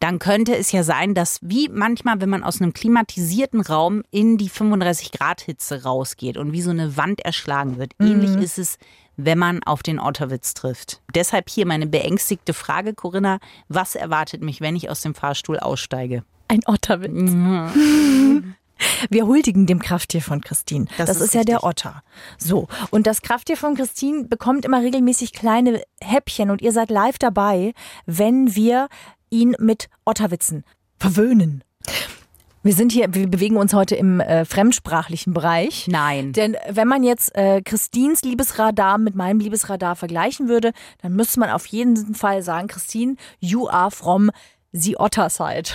[SPEAKER 2] dann könnte es ja sein, dass wie manchmal, wenn man aus einem klimatisierten Raum in die 35 Grad Hitze rausgeht und wie so eine Wand erschlagen wird,
[SPEAKER 1] Mhm.
[SPEAKER 2] ähnlich ist es, wenn man auf den Otterwitz trifft. Deshalb hier meine beängstigte Frage, Corinna, was erwartet mich, wenn ich aus dem Fahrstuhl aussteige?
[SPEAKER 1] ein Otterwitz. Wir huldigen dem Krafttier von Christine. Das,
[SPEAKER 2] Das
[SPEAKER 1] ist,
[SPEAKER 2] ist
[SPEAKER 1] ja der
[SPEAKER 2] richtig.
[SPEAKER 1] Otter. So. Und das Krafttier von Christine bekommt immer regelmäßig kleine Häppchen und ihr seid live dabei, wenn wir ihn mit Otterwitzen verwöhnen. Wir sind hier, wir bewegen uns heute im äh, fremdsprachlichen Bereich.
[SPEAKER 2] Nein.
[SPEAKER 1] Denn äh, wenn man jetzt äh, Christines Liebesradar mit meinem Liebesradar vergleichen würde, dann müsste man auf jeden Fall sagen, Christine, you are from the Otter Side.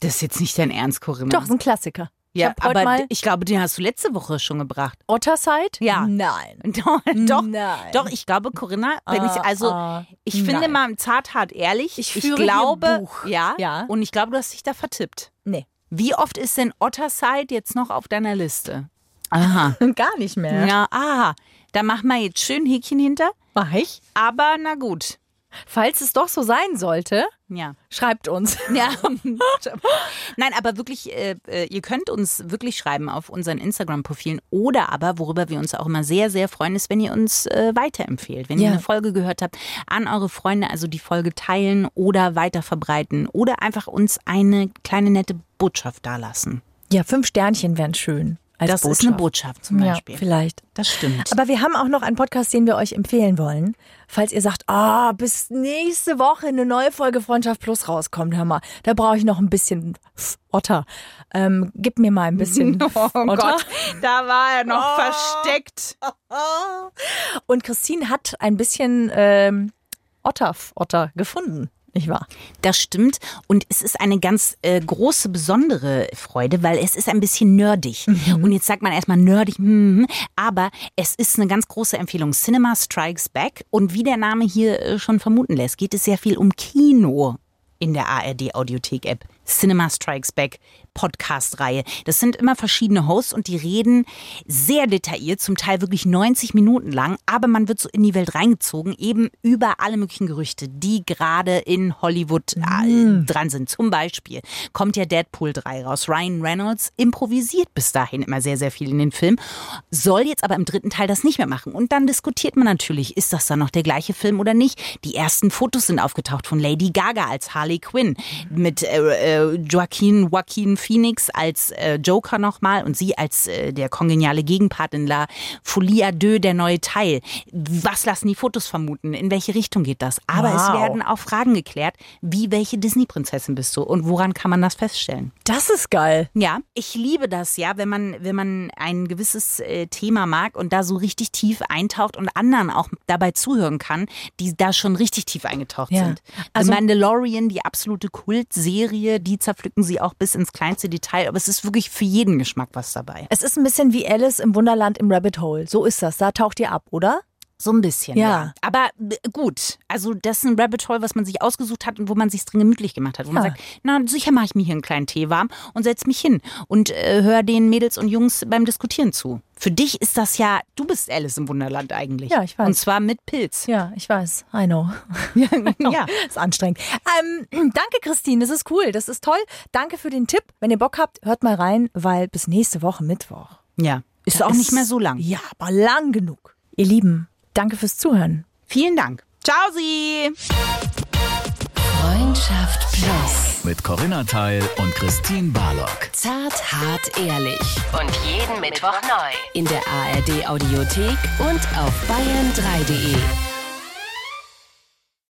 [SPEAKER 2] Das ist jetzt nicht dein Ernst, Corinna.
[SPEAKER 1] Doch, ist ein Klassiker.
[SPEAKER 2] Ja,
[SPEAKER 1] ich hab heute
[SPEAKER 2] aber
[SPEAKER 1] mal
[SPEAKER 2] d- ich glaube, den hast du letzte Woche schon gebracht.
[SPEAKER 1] Otterside?
[SPEAKER 2] Ja.
[SPEAKER 1] Nein.
[SPEAKER 2] Doch, doch,
[SPEAKER 1] Nein.
[SPEAKER 2] doch ich glaube, Corinna, wenn ich,
[SPEAKER 1] Ah,
[SPEAKER 2] also,
[SPEAKER 1] ah,
[SPEAKER 2] ich finde
[SPEAKER 1] nein.
[SPEAKER 2] mal im Zarthart ehrlich,
[SPEAKER 1] Ich führe hier
[SPEAKER 2] glaube,
[SPEAKER 1] Buch.
[SPEAKER 2] Ja,
[SPEAKER 1] Ja.
[SPEAKER 2] und ich glaube, du hast dich da vertippt.
[SPEAKER 1] Nee.
[SPEAKER 2] Wie oft ist denn Otterside jetzt noch auf deiner Liste? Aha.
[SPEAKER 1] Gar nicht mehr.
[SPEAKER 2] ja, aha. Da machen wir jetzt schön Häkchen hinter,
[SPEAKER 1] Mach ich?
[SPEAKER 2] aber na gut.
[SPEAKER 1] Falls es doch so sein sollte,
[SPEAKER 2] Ja.
[SPEAKER 1] schreibt uns.
[SPEAKER 2] Ja. Nein, aber wirklich, äh, äh, ihr könnt uns wirklich schreiben auf unseren Instagram-Profilen oder aber, worüber wir uns auch immer sehr, sehr freuen, ist, wenn ihr uns äh, weiterempfehlt. Wenn ihr
[SPEAKER 1] Ja.
[SPEAKER 2] eine Folge gehört habt, an eure Freunde, also die Folge teilen oder weiterverbreiten oder einfach uns eine kleine nette Botschaft dalassen.
[SPEAKER 1] Ja, fünf Sternchen wären schön. Als
[SPEAKER 2] das
[SPEAKER 1] Botschaft.
[SPEAKER 2] ist eine Botschaft zum Beispiel.
[SPEAKER 1] Ja, vielleicht.
[SPEAKER 2] das stimmt.
[SPEAKER 1] Aber wir haben auch noch einen Podcast, den wir euch empfehlen wollen. Falls ihr sagt, ah, bis nächste Woche eine neue Folge Freundschaft Plus rauskommt, hör mal, da brauche ich noch ein bisschen F- Otter. Ähm, gib mir mal ein bisschen
[SPEAKER 2] Oh
[SPEAKER 1] Otter.
[SPEAKER 2] Gott, da war er noch
[SPEAKER 1] Oh.
[SPEAKER 2] versteckt.
[SPEAKER 1] Und Christine hat ein bisschen ähm, Otter, Otter gefunden, nicht wahr?
[SPEAKER 2] Das stimmt. Und es ist eine ganz äh, große, besondere Freude, weil es ist ein bisschen nerdig. Und jetzt sagt man erstmal nerdig, hm, aber es ist eine ganz große Empfehlung. Cinema Strikes Back. Und wie der Name hier äh, schon vermuten lässt, geht es sehr viel um Kino in der ARD Audiothek App. Cinema Strikes Back Podcast Reihe. Das sind immer verschiedene Hosts und die reden sehr detailliert, zum Teil wirklich 90 Minuten lang, aber man wird so in die Welt reingezogen, eben über alle möglichen Gerüchte, die gerade in Hollywood äh, dran sind. Zum Beispiel kommt ja Deadpool 3 raus. Ryan Reynolds improvisiert bis dahin immer sehr, sehr viel in den Film, soll jetzt aber im dritten Teil das nicht mehr machen. Und dann diskutiert man natürlich, ist das dann noch der gleiche Film oder nicht? Die ersten Fotos sind aufgetaucht von Lady Gaga als Harley Quinn, mit äh, äh, Joaquin, Joaquin Phoenix als äh, Joker nochmal und sie als äh, der kongeniale Gegenpart in La Folie à Deux, der neue Teil. Was lassen die Fotos vermuten? In welche Richtung geht das? Aber
[SPEAKER 1] Wow.
[SPEAKER 2] es werden auch Fragen geklärt, wie welche Disney-Prinzessin bist du und woran kann man das feststellen?
[SPEAKER 1] Das ist geil.
[SPEAKER 2] Ja, ich liebe das, ja, wenn man, wenn man ein gewisses äh, Thema mag und da so richtig tief eintaucht und anderen auch dabei zuhören kann, die da schon richtig tief eingetaucht
[SPEAKER 1] Ja.
[SPEAKER 2] sind.
[SPEAKER 1] Also-
[SPEAKER 2] Also Mandalorian, die absolute Kultserie, die zerpflücken sie auch bis ins kleinste Detail, aber es ist wirklich für jeden Geschmack was dabei.
[SPEAKER 1] Es ist ein bisschen wie Alice im Wunderland im Rabbit Hole. So ist das. Da taucht ihr ab, oder?
[SPEAKER 2] So ein bisschen.
[SPEAKER 1] Ja.
[SPEAKER 2] Aber b- gut, also das ist ein Rabbit Hole, was man sich ausgesucht hat und wo man sich drin gemütlich gemacht hat. Wo man
[SPEAKER 1] Ja.
[SPEAKER 2] sagt, na sicher mache ich mir hier einen kleinen Tee warm und setz mich hin und äh, höre den Mädels und Jungs beim Diskutieren zu. Für dich ist das ja, du bist Alice im Wunderland eigentlich.
[SPEAKER 1] Ja, ich weiß.
[SPEAKER 2] Und zwar mit Pilz.
[SPEAKER 1] Ja, ich weiß. I know.
[SPEAKER 2] ja.
[SPEAKER 1] Ist anstrengend. Ähm, danke, Christine. Das ist cool. Das ist toll. Danke für den Tipp. Wenn ihr Bock habt, hört mal rein, weil bis nächste Woche Mittwoch.
[SPEAKER 2] ja. Ist auch
[SPEAKER 1] ist-
[SPEAKER 2] nicht mehr so lang.
[SPEAKER 1] Ja, aber lang genug. Ihr Lieben, danke fürs Zuhören.
[SPEAKER 2] Vielen Dank. Ciao, Sie!
[SPEAKER 3] Freundschaft Plus.
[SPEAKER 4] Mit Corinna Teil und Christine Barlock.
[SPEAKER 3] Zart, hart, ehrlich. Und jeden Mittwoch neu. In der ARD Audiothek und auf bayern3.de.